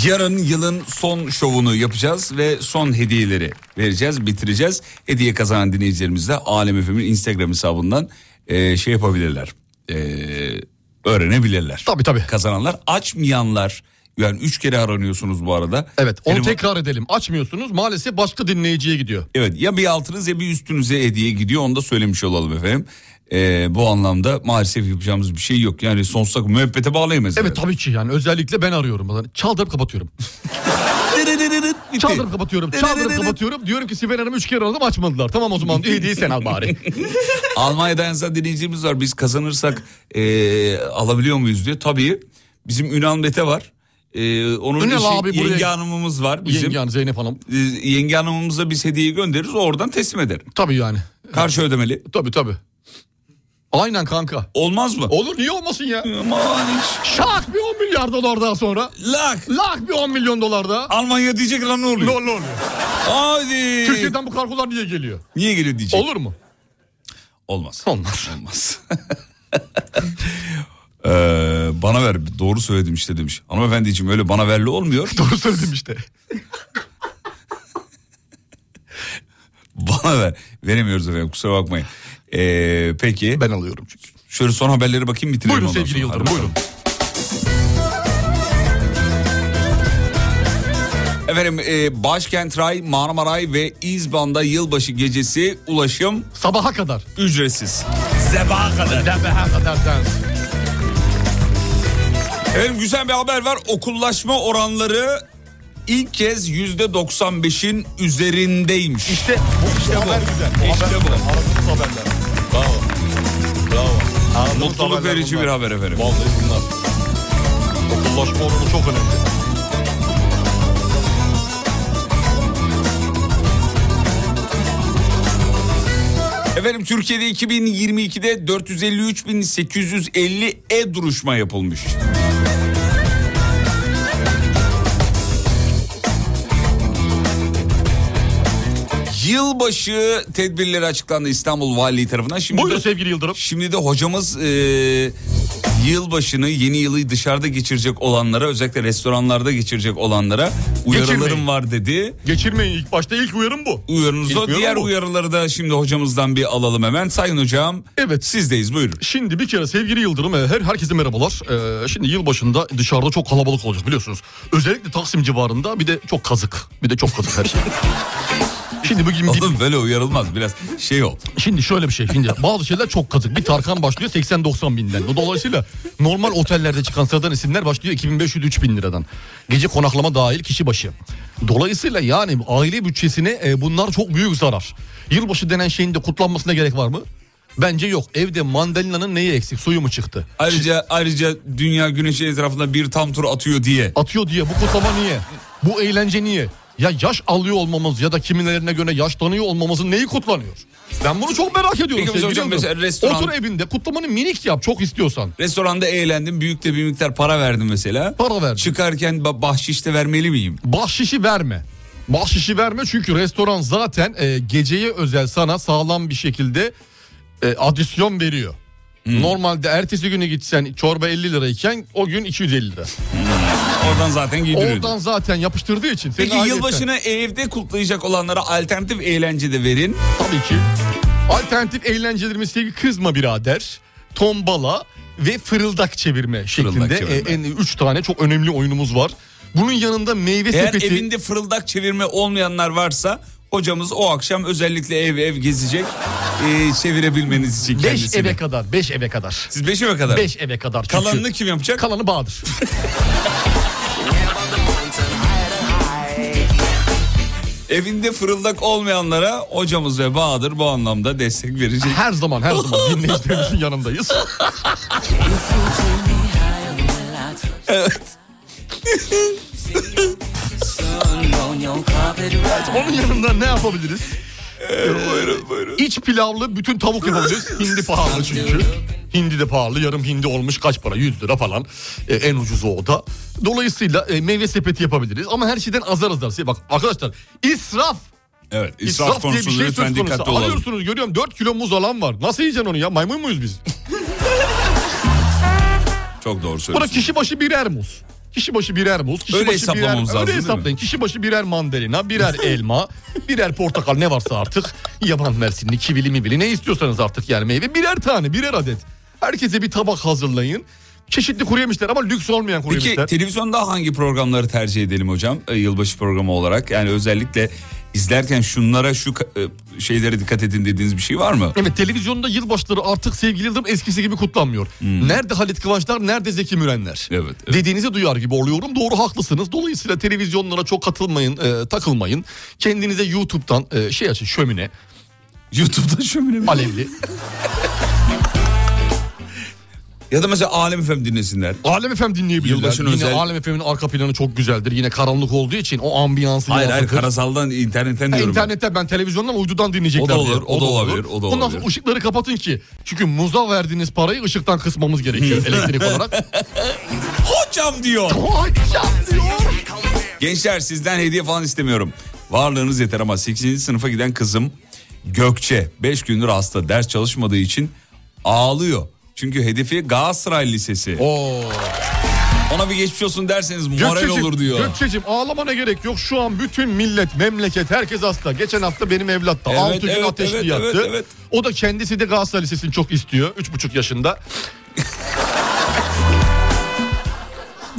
Yarın yılın son şovunu yapacağız ve son hediyeleri vereceğiz, bitireceğiz. Hediye kazanan dinleyicilerimiz de Alem Efem'in Instagram hesabından e, şey yapabilirler. E, öğrenebilirler. Tabii tabii. Kazananlar açmayanlar. Yani üç kere aranıyorsunuz bu arada. Evet Onu tekrar edelim. Açmıyorsunuz maalesef başka dinleyiciye gidiyor. Evet ya bir altınız ya bir üstünüze hediye gidiyor onu da söylemiş olalım efendim. Ee, bu anlamda maalesef yapacağımız bir şey yok. Yani sonsuza müebbete bağlayamayız. Evet tabii ki yani özellikle ben arıyorum. Çaldırıp [LAUGHS] kapatıyorum. çaldırıp kapatıyorum. Çaldırıp kapatıyorum. Diyorum ki Sibel Hanım 3 kere aradım açmadılar. Tamam o [LAUGHS] zaman diyor hediyeyi sen al bari. Almanya'dan yazan dinleyicimiz var. Biz kazanırsak ee, alabiliyor muyuz diyor. Tabii bizim Ünal Mete var. Ee, onun Ünal eşi abi buraya- yenge hanımımız var. Bizim. Yenge hanım, Zeynep Hanım. Ee, yenge hanımımıza biz hediyeyi göndeririz o oradan teslim eder. Tabii yani. Karşı ödemeli. Tabii tabii. Aynen kanka. Olmaz mı? Olur niye olmasın ya? Aman Şak bir 10 milyar dolar daha sonra. Lak. Lak bir 10 milyon dolar daha. Almanya diyecek lan ne oluyor? Ne oluyor? Hadi. Türkiye'den bu kargolar niye geliyor? Niye geliyor diyecek. Olur mu? Olmaz. Olmaz. [LAUGHS] Olmaz. Ee, bana ver doğru söyledim işte demiş. Hanımefendiciğim öyle bana verli olmuyor. doğru söyledim işte. [LAUGHS] bana ver. Veremiyoruz efendim kusura bakmayın. Ee, peki. Ben alıyorum çünkü. Şöyle son haberleri bakayım bitirelim. Buyurun ondan sevgili sonra. Yıldırım Hadi buyurun. Efendim e, başkent Ray, Marmaray ve İzban'da yılbaşı gecesi ulaşım... Sabaha kadar. Ücretsiz. Sabaha kadar. Sabaha kadar dans. Efendim güzel bir haber var. Okullaşma oranları ilk kez yüzde 95'in üzerindeymiş. İşte bu işte haber güzel. işte bu. haberler. Bravo. Bravo. Mutluluk haberler verici bir bunlar. haber efendim. Vallahi bunlar. Okullaşma oranı çok önemli. Efendim Türkiye'de 2022'de 453.850 e-duruşma yapılmış. Yılbaşı tedbirleri açıklandı İstanbul Valiliği tarafından. Şimdi Buyurun sevgili Yıldırım. Şimdi de hocamız e, yılbaşını, yeni yılı dışarıda geçirecek olanlara, özellikle restoranlarda geçirecek olanlara uyarılarım Geçirmeyin. var dedi. Geçirmeyin ilk başta ilk uyarım bu. Uyarınız İlk o. uyarım Diğer bu. uyarıları da şimdi hocamızdan bir alalım hemen. Sayın hocam. Evet. Sizdeyiz buyurun. Şimdi bir kere sevgili Yıldırım e, her herkese merhabalar. E, şimdi yılbaşında dışarıda çok kalabalık olacak biliyorsunuz. Özellikle Taksim civarında bir de çok kazık. Bir de çok kazık her şey. [LAUGHS] Şimdi bugün Oğlum böyle uyarılmaz biraz şey ol. Şimdi şöyle bir şey şimdi bazı şeyler çok kazık. Bir Tarkan başlıyor 80-90 binden. Dolayısıyla normal otellerde çıkan sıradan isimler başlıyor 2500-3000 liradan. Gece konaklama dahil kişi başı. Dolayısıyla yani aile bütçesine e, bunlar çok büyük zarar. Yılbaşı denen şeyin de kutlanmasına gerek var mı? Bence yok. Evde mandalina'nın neyi eksik? Suyu mu çıktı? Ayrıca ayrıca dünya güneşi etrafında bir tam tur atıyor diye. Atıyor diye bu kutlama niye? Bu eğlence niye? Ya yaş alıyor olmamız ya da kimilerine göre yaşlanıyor olmamızın neyi kutlanıyor? Ben bunu çok merak ediyorum. Peki sevgili hocam Yıldırım. mesela restoran- Otur evinde kutlamanı minik yap çok istiyorsan. Restoranda eğlendim. Büyük de bir miktar para verdim mesela. Para verdim. Çıkarken ba- bahşiş de vermeli miyim? Bahşişi verme. Bahşişi verme çünkü restoran zaten e, geceye özel sana sağlam bir şekilde e, adisyon veriyor. Hmm. Normalde ertesi güne gitsen çorba 50 lirayken o gün 250 lira. Hmm. Oradan zaten giydiriyor. Oradan zaten yapıştırdığı için. senin şey. Peki ailetten- yılbaşını evde kutlayacak olanlara alternatif eğlence de verin. Tabii ki. Alternatif eğlencelerimiz sevgili kızma birader, tombala ve fırıldak çevirme şeklinde çevirme. e, en 3 tane çok önemli oyunumuz var. Bunun yanında meyve Eğer sepeti. evinde fırıldak çevirme olmayanlar varsa hocamız o akşam özellikle ev ev gezecek. Ee, çevirebilmeniz için 5 kendisini. eve kadar, 5 eve kadar. Siz 5 eve kadar. 5 eve kadar. çünkü. Kalanını kim yapacak? Kalanı Bahadır. Evinde fırıldak olmayanlara hocamız ve Bahadır bu anlamda destek verecek. Her zaman her [LAUGHS] zaman dinleyicilerimizin yanındayız. evet. Onun yanında ne yapabiliriz? Ee, İç pilavlı bütün tavuk [LAUGHS] yapabiliriz. Hindi pahalı çünkü. Hindi de pahalı. Yarım hindi olmuş kaç para? 100 lira falan. E, en ucuzu o da. Dolayısıyla e, meyve sepeti yapabiliriz. Ama her şeyden azar azar. Şey, Bak arkadaşlar israf. Evet israf, konusunda şey lütfen şey söz konusu. dikkatli olalım. Alıyorsunuz görüyorum 4 kilo muz alan var. Nasıl yiyeceksin onu ya? Maymun muyuz biz? Çok doğru söylüyorsun. Buna kişi başı birer muz. Kişi başı birer muz. Kişi Öyle başı hesaplamamız birer, lazım, Öyle değil mi? hesaplayın. Kişi başı birer mandalina, birer [LAUGHS] elma, birer portakal ne varsa artık. Yaban mersinli, kivili mivili ne istiyorsanız artık yani meyve. Birer tane, birer adet. Herkese bir tabak hazırlayın. Çeşitli kuru yemişler ama lüks olmayan kuru Peki yemişler. televizyonda hangi programları tercih edelim hocam? E, yılbaşı programı olarak. Yani özellikle izlerken şunlara şu ka- e, şeylere dikkat edin dediğiniz bir şey var mı? Evet televizyonda yılbaşları artık sevgili Yıldırım eskisi gibi kutlanmıyor. Nerede Halit Kıvançlar, nerede Zeki Mürenler? Hmm. Evet. Dediğinizi duyar gibi oluyorum. Doğru haklısınız. Dolayısıyla televizyonlara çok katılmayın, e, takılmayın. Kendinize YouTube'dan e, şey açın, şömine. YouTube'dan şömine mi? Alevli. Ya da mesela Alem FM dinlesinler. Alem FM dinleyebilirler. [LAUGHS] Yılbaşın Yine özel- Alem FM'in arka planı çok güzeldir. Yine karanlık olduğu için o ambiyansı Hayır hayır yansıtır. karasaldan internetten Ha, diyorum. ben. İnternetten ben televizyondan uydudan dinleyecekler. O da olur, diye. o da olabilir, o da Ondan olabilir. sonra ışıkları kapatın ki. Çünkü muza verdiğiniz parayı ışıktan kısmamız Hmm. gerekiyor [LAUGHS] elektrik olarak. Hocam diyor. şey Hocam diyor. Gençler sizden hediye falan istemiyorum. Varlığınız yeter ama 8. sınıfa giden kızım Gökçe 5 gündür hasta ders çalışmadığı için ağlıyor. Çünkü hedefi Galatasaray Lisesi. Ona bir geçmiş olsun derseniz moral Gökçeciğim, olur diyor. Gökçeciğim ağlamana gerek yok. Şu an bütün millet, memleket, herkes hasta. Geçen hafta benim evlat da Evet, 6 gün evet, ateşli evet, yattı. evet, evet. O da kendisi de Galatasaray Lisesi'ni çok istiyor. 3,5 [LAUGHS] yaşında.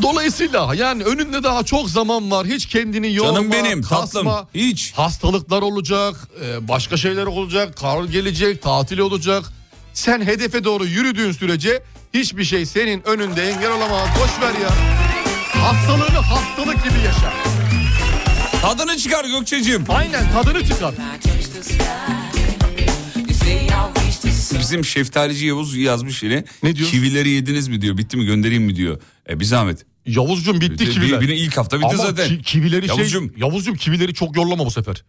Dolayısıyla yani önünde daha çok zaman var. Hiç kendini yorma. Canım benim, kasma. tatlım, Hiç. Hastalıklar olacak, e, başka şeyler olacak, kar gelecek, tatil olacak. Sen hedefe doğru yürüdüğün sürece hiçbir şey senin önünde engel olamaz. Boş ver ya. Hastalığını hastalık gibi yaşa. Tadını çıkar Gökçe'cim. Aynen tadını çıkar. Bizim şeftalici Yavuz yazmış yine. Ne diyor? Kivileri yediniz mi diyor. Bitti mi göndereyim mi diyor. E bir zahmet. Yavuzcum bitti Bir- kiviler. bir- bir- ilk hafta bitti Ama zaten. ki- kivileri Yavuzcum. şey, Yavuzcum kivileri çok yollama bu sefer.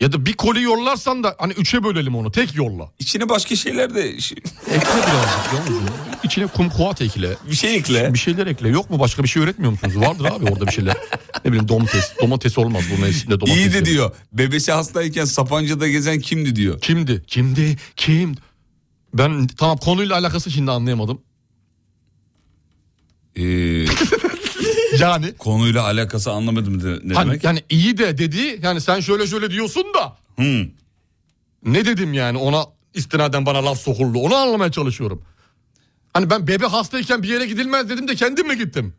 Ya da bir koli yollarsan da hani üçe bölelim onu tek yolla. İçine başka şeyler de [LAUGHS] Ekle birazcık Yavuzcum. İçine kumkuat ekle. Bir şey ekle. Bir şeyler ekle. Yok mu başka bir şey öğretmiyor musunuz? Vardır abi orada bir şeyler. Ne bileyim domates. Domates olmaz bu mevsimde domates. İyi de yok. diyor. Bebesi hastayken Sapanca'da gezen kimdi diyor. Kimdi? Kimdi? E, Kim? Ben tamam konuyla alakası şimdi anlayamadım. [LAUGHS] yani Ee, konuyla alakası anlamadım de- ne Hani demek? yani iyi de dedi yani sen şöyle şöyle diyorsun da. Ne dedim yani ona istinaden bana laf sokuldu onu anlamaya çalışıyorum. Hani ben bebe hastayken bir yere gidilmez dedim de kendim mi gittim?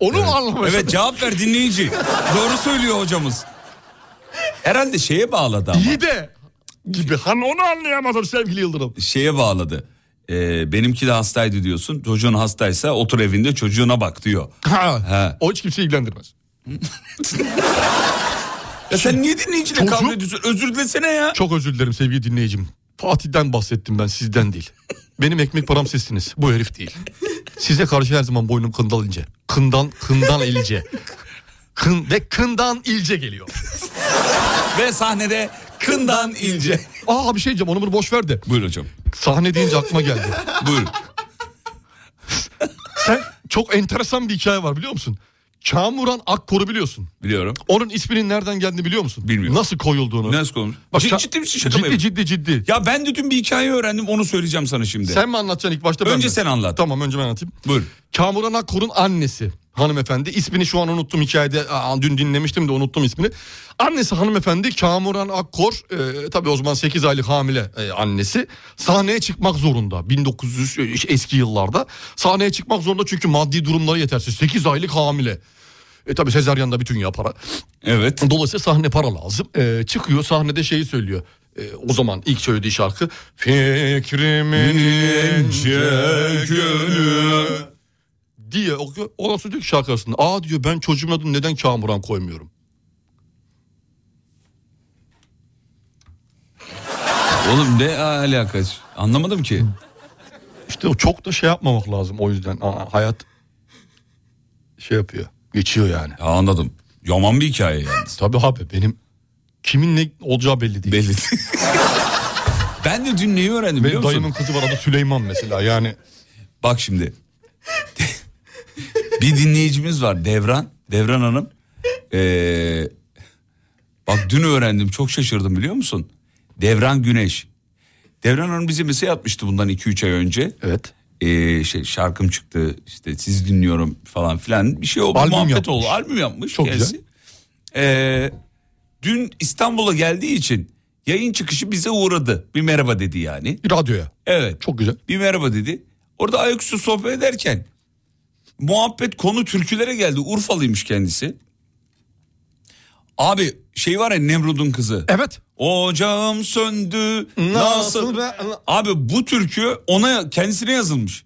Onu mu anlamaya Evet çalışıyorum? cevap ver dinleyici. Doğru söylüyor hocamız. Herhalde şeye bağladı ama. İyi de gibi hani onu anlayamadım sevgili Yıldırım. Şeye bağladı. Ee, benimki de hastaydı diyorsun. Çocuğun hastaysa otur evinde çocuğuna bak diyor. Ha, He. O hiç kimseyi ilgilendirmez. Ya sen niye dinleyiciyle Çocuk- kavga ediyorsun? Özür dilesene ya. Çok özür dilerim sevgili dinleyicim. Fatih'ten bahsettim ben sizden değil. Benim ekmek param sizsiniz. Bu herif değil. Size karşı her zaman boynum kındal ince. Kından, kından ilce. Kın, ve kından ilce geliyor. ve sahnede kından ince. Aa bir şey diyeceğim onu bunu boş ver de. Buyur hocam. Sahne deyince aklıma geldi. [LAUGHS] Buyur. Sen çok enteresan bir hikaye var biliyor musun? Kamuran Akkor'u biliyorsun. Biliyorum. Onun isminin nereden geldiğini biliyor musun? Bilmiyorum. Nasıl koyulduğunu. Nasıl koyulmuş? Cid- Ka- ciddi misin? Şaka mı Ciddi yapıyorsun? ciddi ciddi. Ya ben de dün bir hikaye öğrendim onu söyleyeceğim sana şimdi. Sen mi anlatacaksın ilk başta? ben Önce mi? sen anlat. Tamam önce ben anlatayım. Buyur. Kamuran Akkor'un annesi hanımefendi. ismini şu an unuttum hikayede. Aa, dün dinlemiştim de unuttum ismini. Annesi hanımefendi Kamuran Akkor e, tabii o zaman 8 aylık hamile e, annesi. Sahneye çıkmak zorunda. 1900 e, eski yıllarda. Sahneye çıkmak zorunda çünkü maddi durumları yetersiz. 8 aylık hamile. E tabii sezaryen de bütün ya para. Evet. Dolayısıyla sahne para lazım. E, çıkıyor sahnede şeyi söylüyor. E, o zaman ilk söylediği şarkı Fikrimin ince gönlü diye okuyor. Ondan sonra diyor ki şarkı arasında. Aa diyor ben çocuğumun adını neden Kamuran koymuyorum? Oğlum ne alakası? Anlamadım ki. İşte o çok da şey yapmamak lazım o yüzden. Aa, hayat şey yapıyor. Geçiyor yani. Ya anladım. Yaman bir hikaye yalnız. Tabii abi benim kimin ne olacağı belli değil. Belli değil. [LAUGHS] ben de dün neyi öğrendim Benim biliyor musun? dayımın kızı var adı Süleyman mesela yani. Bak şimdi. [LAUGHS] bir dinleyicimiz var Devran. Devran Hanım. Ee, bak dün öğrendim çok şaşırdım biliyor musun? Devran Güneş. Devran Hanım bize mesaj atmıştı bundan 2-3 ay önce. Evet. Ee, şey, şarkım çıktı işte siz dinliyorum falan filan bir şey oldu Albüm muhabbet yapmış. oldu albüm yapmış Çok kendisi. güzel. Ee, dün İstanbul'a geldiği için yayın çıkışı bize uğradı bir merhaba dedi yani Radyoya. Evet. Çok güzel. Bir merhaba dedi. Orada ayaküstü sohbet ederken muhabbet konu türkülere geldi. Urfalıymış kendisi. Abi şey var ya Nemrud'un kızı. Evet. Ocağım söndü. Nasıl? Nasıl be- Abi bu türkü ona kendisine yazılmış.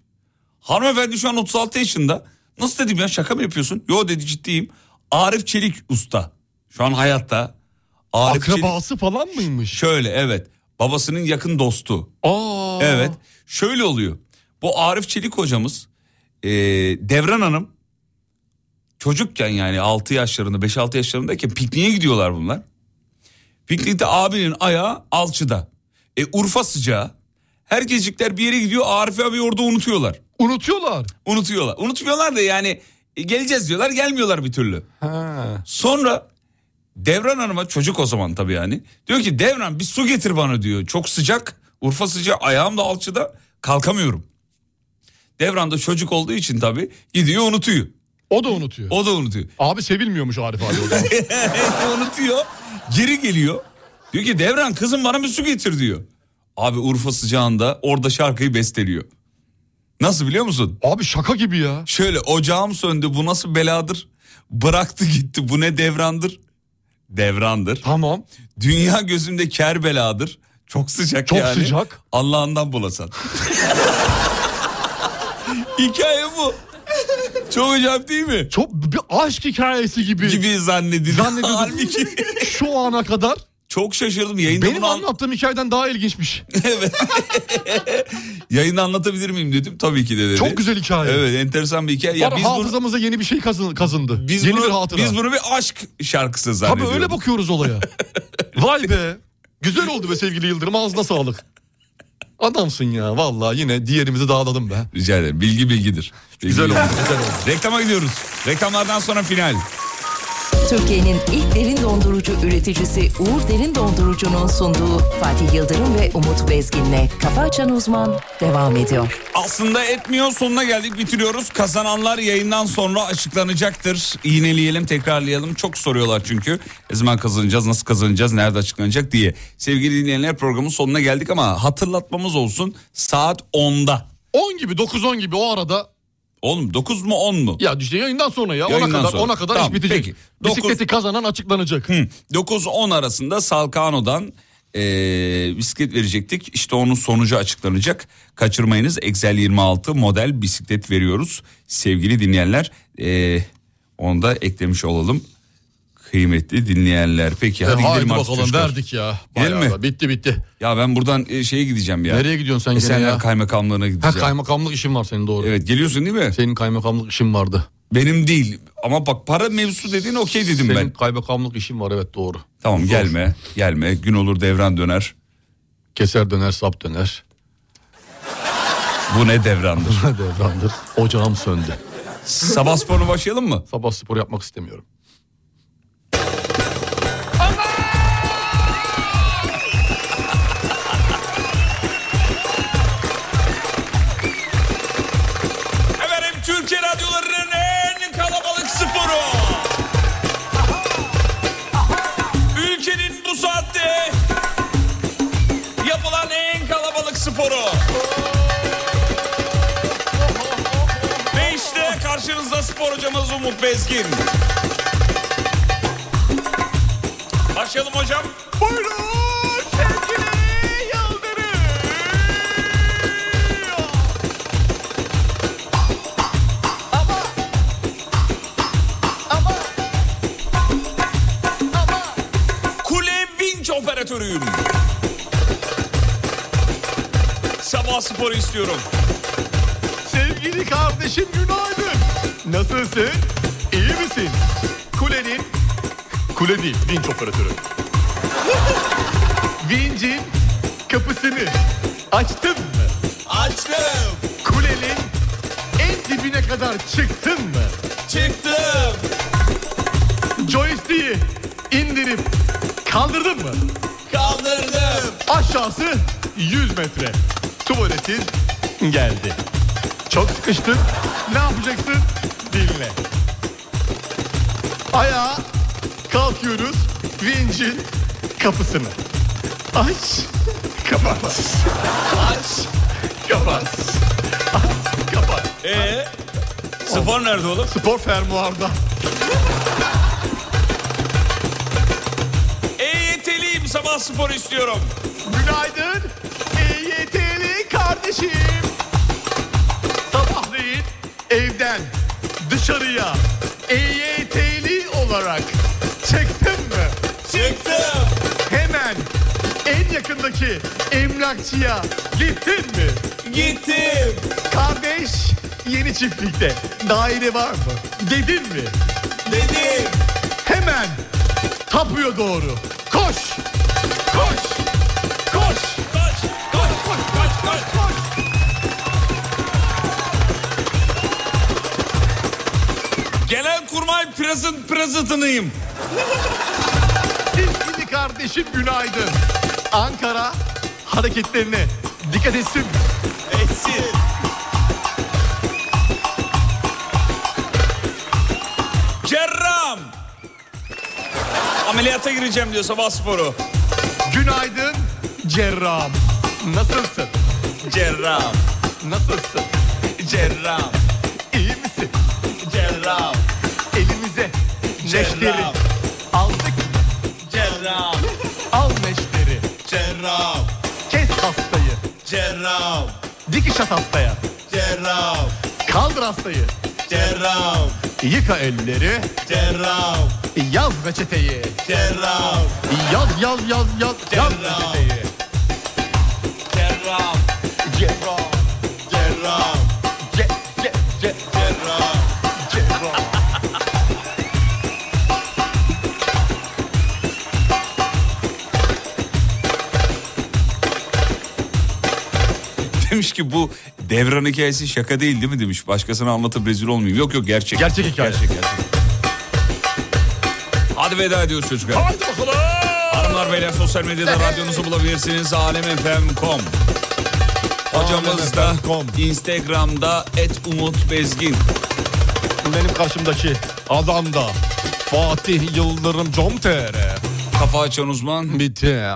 Hanımefendi şu an 36 yaşında. Nasıl dedim ya şaka mı yapıyorsun? Yo dedi ciddiyim. Arif Çelik usta. Şu an hayatta. Arif Çelik- Akrabası falan mıymış? Şöyle evet. Babasının yakın dostu. Aa. Evet. Şöyle oluyor. Bu Arif Çelik hocamız e, Devran Hanım çocukken yani 6 yaşlarında 5-6 yaşlarındayken pikniğe gidiyorlar bunlar. Piknikte abinin ayağı alçıda. E Urfa sıcağı. Herkescikler bir yere gidiyor Arif abi orada unutuyorlar. Unutuyorlar. Unutuyorlar. Unutmuyorlar da yani e, geleceğiz diyorlar gelmiyorlar bir türlü. Ha. Sonra Devran Hanım'a çocuk o zaman tabii yani. Diyor ki Devran bir su getir bana diyor. Çok sıcak. Urfa sıcağı ayağım da alçıda kalkamıyorum. Devran da çocuk olduğu için tabii gidiyor unutuyor. O da unutuyor. O da unutuyor. Abi sevilmiyormuş Arif abi [LAUGHS] o zaman. unutuyor. Geri geliyor. Diyor ki Devran kızım bana bir su getir diyor. Abi Urfa sıcağında orada şarkıyı besteliyor. Nasıl biliyor musun? Abi şaka gibi ya. Şöyle ocağım söndü bu nasıl beladır? Bıraktı gitti bu ne devrandır? Devrandır. Tamam. Dünya gözümde kerbeladır. Çok sıcak Çok yani. sıcak. Allah'ından bulasan. [LAUGHS] Hikaye bu. Çok acayip değil mi? Çok bir aşk hikayesi gibi. Gibi zannedildi. Zannedildi. [LAUGHS] Halbuki Şu ana kadar çok şaşırdım. Yayında benim bunu an- anlattığım hikayeden daha ilginçmiş. yayında anlatabilir miyim dedim. Tabii ki de dedi. Çok güzel hikaye. Evet enteresan bir hikaye. Ya Var, biz bunu, hafızamıza yeni bir şey kazın- kazındı. biz, yeni bunu, bir hatıra. biz bunu bir aşk şarkısı Tabii zannediyoruz. öyle bakıyoruz [LAUGHS] olaya. Vay be. Güzel oldu be sevgili Yıldırım. Ağzına sağlık. Adamsın ya. Vallahi yine diğerimizi dağladım be. Rica ederim. Bilgi bilgidir. Bilgi Güzel oldu. bilgidir. Güzel oldu. Reklama gidiyoruz. Reklamlardan sonra final. Türkiye'nin ilk derin dondurucu üreticisi Uğur Derin Dondurucu'nun sunduğu Fatih Yıldırım ve Umut Bezgin'le Kafa Açan Uzman devam ediyor. Aslında etmiyor sonuna geldik bitiriyoruz. Kazananlar yayından sonra açıklanacaktır. İğneleyelim tekrarlayalım. Çok soruyorlar çünkü. Ne zaman kazanacağız nasıl kazanacağız nerede açıklanacak diye. Sevgili dinleyenler programın sonuna geldik ama hatırlatmamız olsun. Saat 10'da. 10 gibi 9-10 gibi o arada. Oğlum 9 mu 10 mu? Ya işte yayından sonra ya. ona Yayından kadar, sonra. ona kadar Tamam, iş bitecek. peki. Dokuz- Bisikleti kazanan açıklanacak. 9-10 arasında Salkano'dan e, bisiklet verecektik. İşte onun sonucu açıklanacak. Kaçırmayınız. Excel 26 model bisiklet veriyoruz. Sevgili dinleyenler e, onu da eklemiş olalım. Kıymetli dinleyenler. Peki hadi E, gidelim haydi artık bakalım çocuklar. verdik ya. Gidelim Bayağı mi? da, Bitti bitti. Ya ben buradan e, şeye gideceğim ya. Nereye gidiyorsun sen gene Esenler ya? Kaymakamlığı'na Ha gideceğim. kaymakamlık işin var senin doğru. Evet geliyorsun değil mi? Senin kaymakamlık işin vardı. Benim değil ama bak para mevzusu dediğin okey dedim Senin ben. kaymakamlık işin var evet doğru. Tamam gelme gelme gün olur devran döner. Keser döner sap döner. Bu ne devrandır? Devrandır. Ocağım söndü. Sabah sporuna başlayalım mı? Sabah spor yapmak istemiyorum. Efendim Türkiye radyolarının en kalabalık sporu. Ülkenin bu saatte yapılan en kalabalık sporu. Ve işte karşınızda spor hocamız Umut Bezgin. Başlayalım hocam. Buyurun sevgili Yıldırım. Kule vinç operatörüyüm. Sabah sporu istiyorum. Sevgili kardeşim günaydın. Nasılsın? İyi misin? Kulenin... Kule değil, vinç operatörü. [LAUGHS] Vincin kapısını açtın mı? Açtım. Kulenin en dibine kadar çıktın mı? Çıktım. Joystick'i indirip kaldırdın mı? Kaldırdım. Aşağısı 100 metre. Tuvaletin geldi. Çok sıkıştın. Ne yapacaksın? Dinle. Ayağa kalkıyoruz. Vincin kapısını. Aç. Kapat. Aç. Kapat. Aç. Kapat. Ee? Spor nerede oğlum? Spor fermuarda. EYT'liyim sabah sporu istiyorum. Günaydın. EYT'li kardeşim. Sabahleyin evden dışarıya EYT'li olarak çıktın mı? Çıktım. Hemen en yakındaki emlakçıya gittin mi? Gittim. Kardeş yeni çiftlikte daire var mı? Dedin mi? Dedim. Hemen tapuya doğru koş. Koş. Koş. Koş. Koş. Koş. Koş. Koş. Koş. Gelen kurmay prazın prazıtınıyım. Sevgili kardeşim günaydın. Ankara hareketlerine dikkat etsin. Etsin. Cerram. Ameliyata gireceğim diyor sabah sporu. Günaydın cerrahım. Nasılsın? Cerrahım. Nasılsın? Cerrahım. İyi misin? Cerrahım. Elimize neşteri aldık. Cerrahım. Al neşteri. Cerrahım. Kes hastayı. Cerrahım. Dikiş at hastaya. Cerrahım. Kaldır hastayı. Cerrahım. Yıka elleri. Cerrahım. Yaz reçeteyi. Cerrahım. Yaz yaz yaz yaz. Yaz reçeteyi. Cerrahım. Cerrahım. Cerrahım. Ce, ce, ce. Cerrahım. Cerrahım. [LAUGHS] Demiş ki bu devran hikayesi şaka değil değil mi demiş. Başkasına anlatıp rezil olmayayım. Yok yok gerçek. Gerçek hikaye. Gerçek, gerçek. Hadi veda ediyoruz çocuklar. Haydi bakalım. Hanımlar beyler sosyal medyada radyonuzu bulabilirsiniz. Alemfm.com Hocamız da Instagram'da et Umut Bezgin. Benim karşımdaki adam da Fatih Yıldırım Com.tr Kafa açan uzman. Bitti.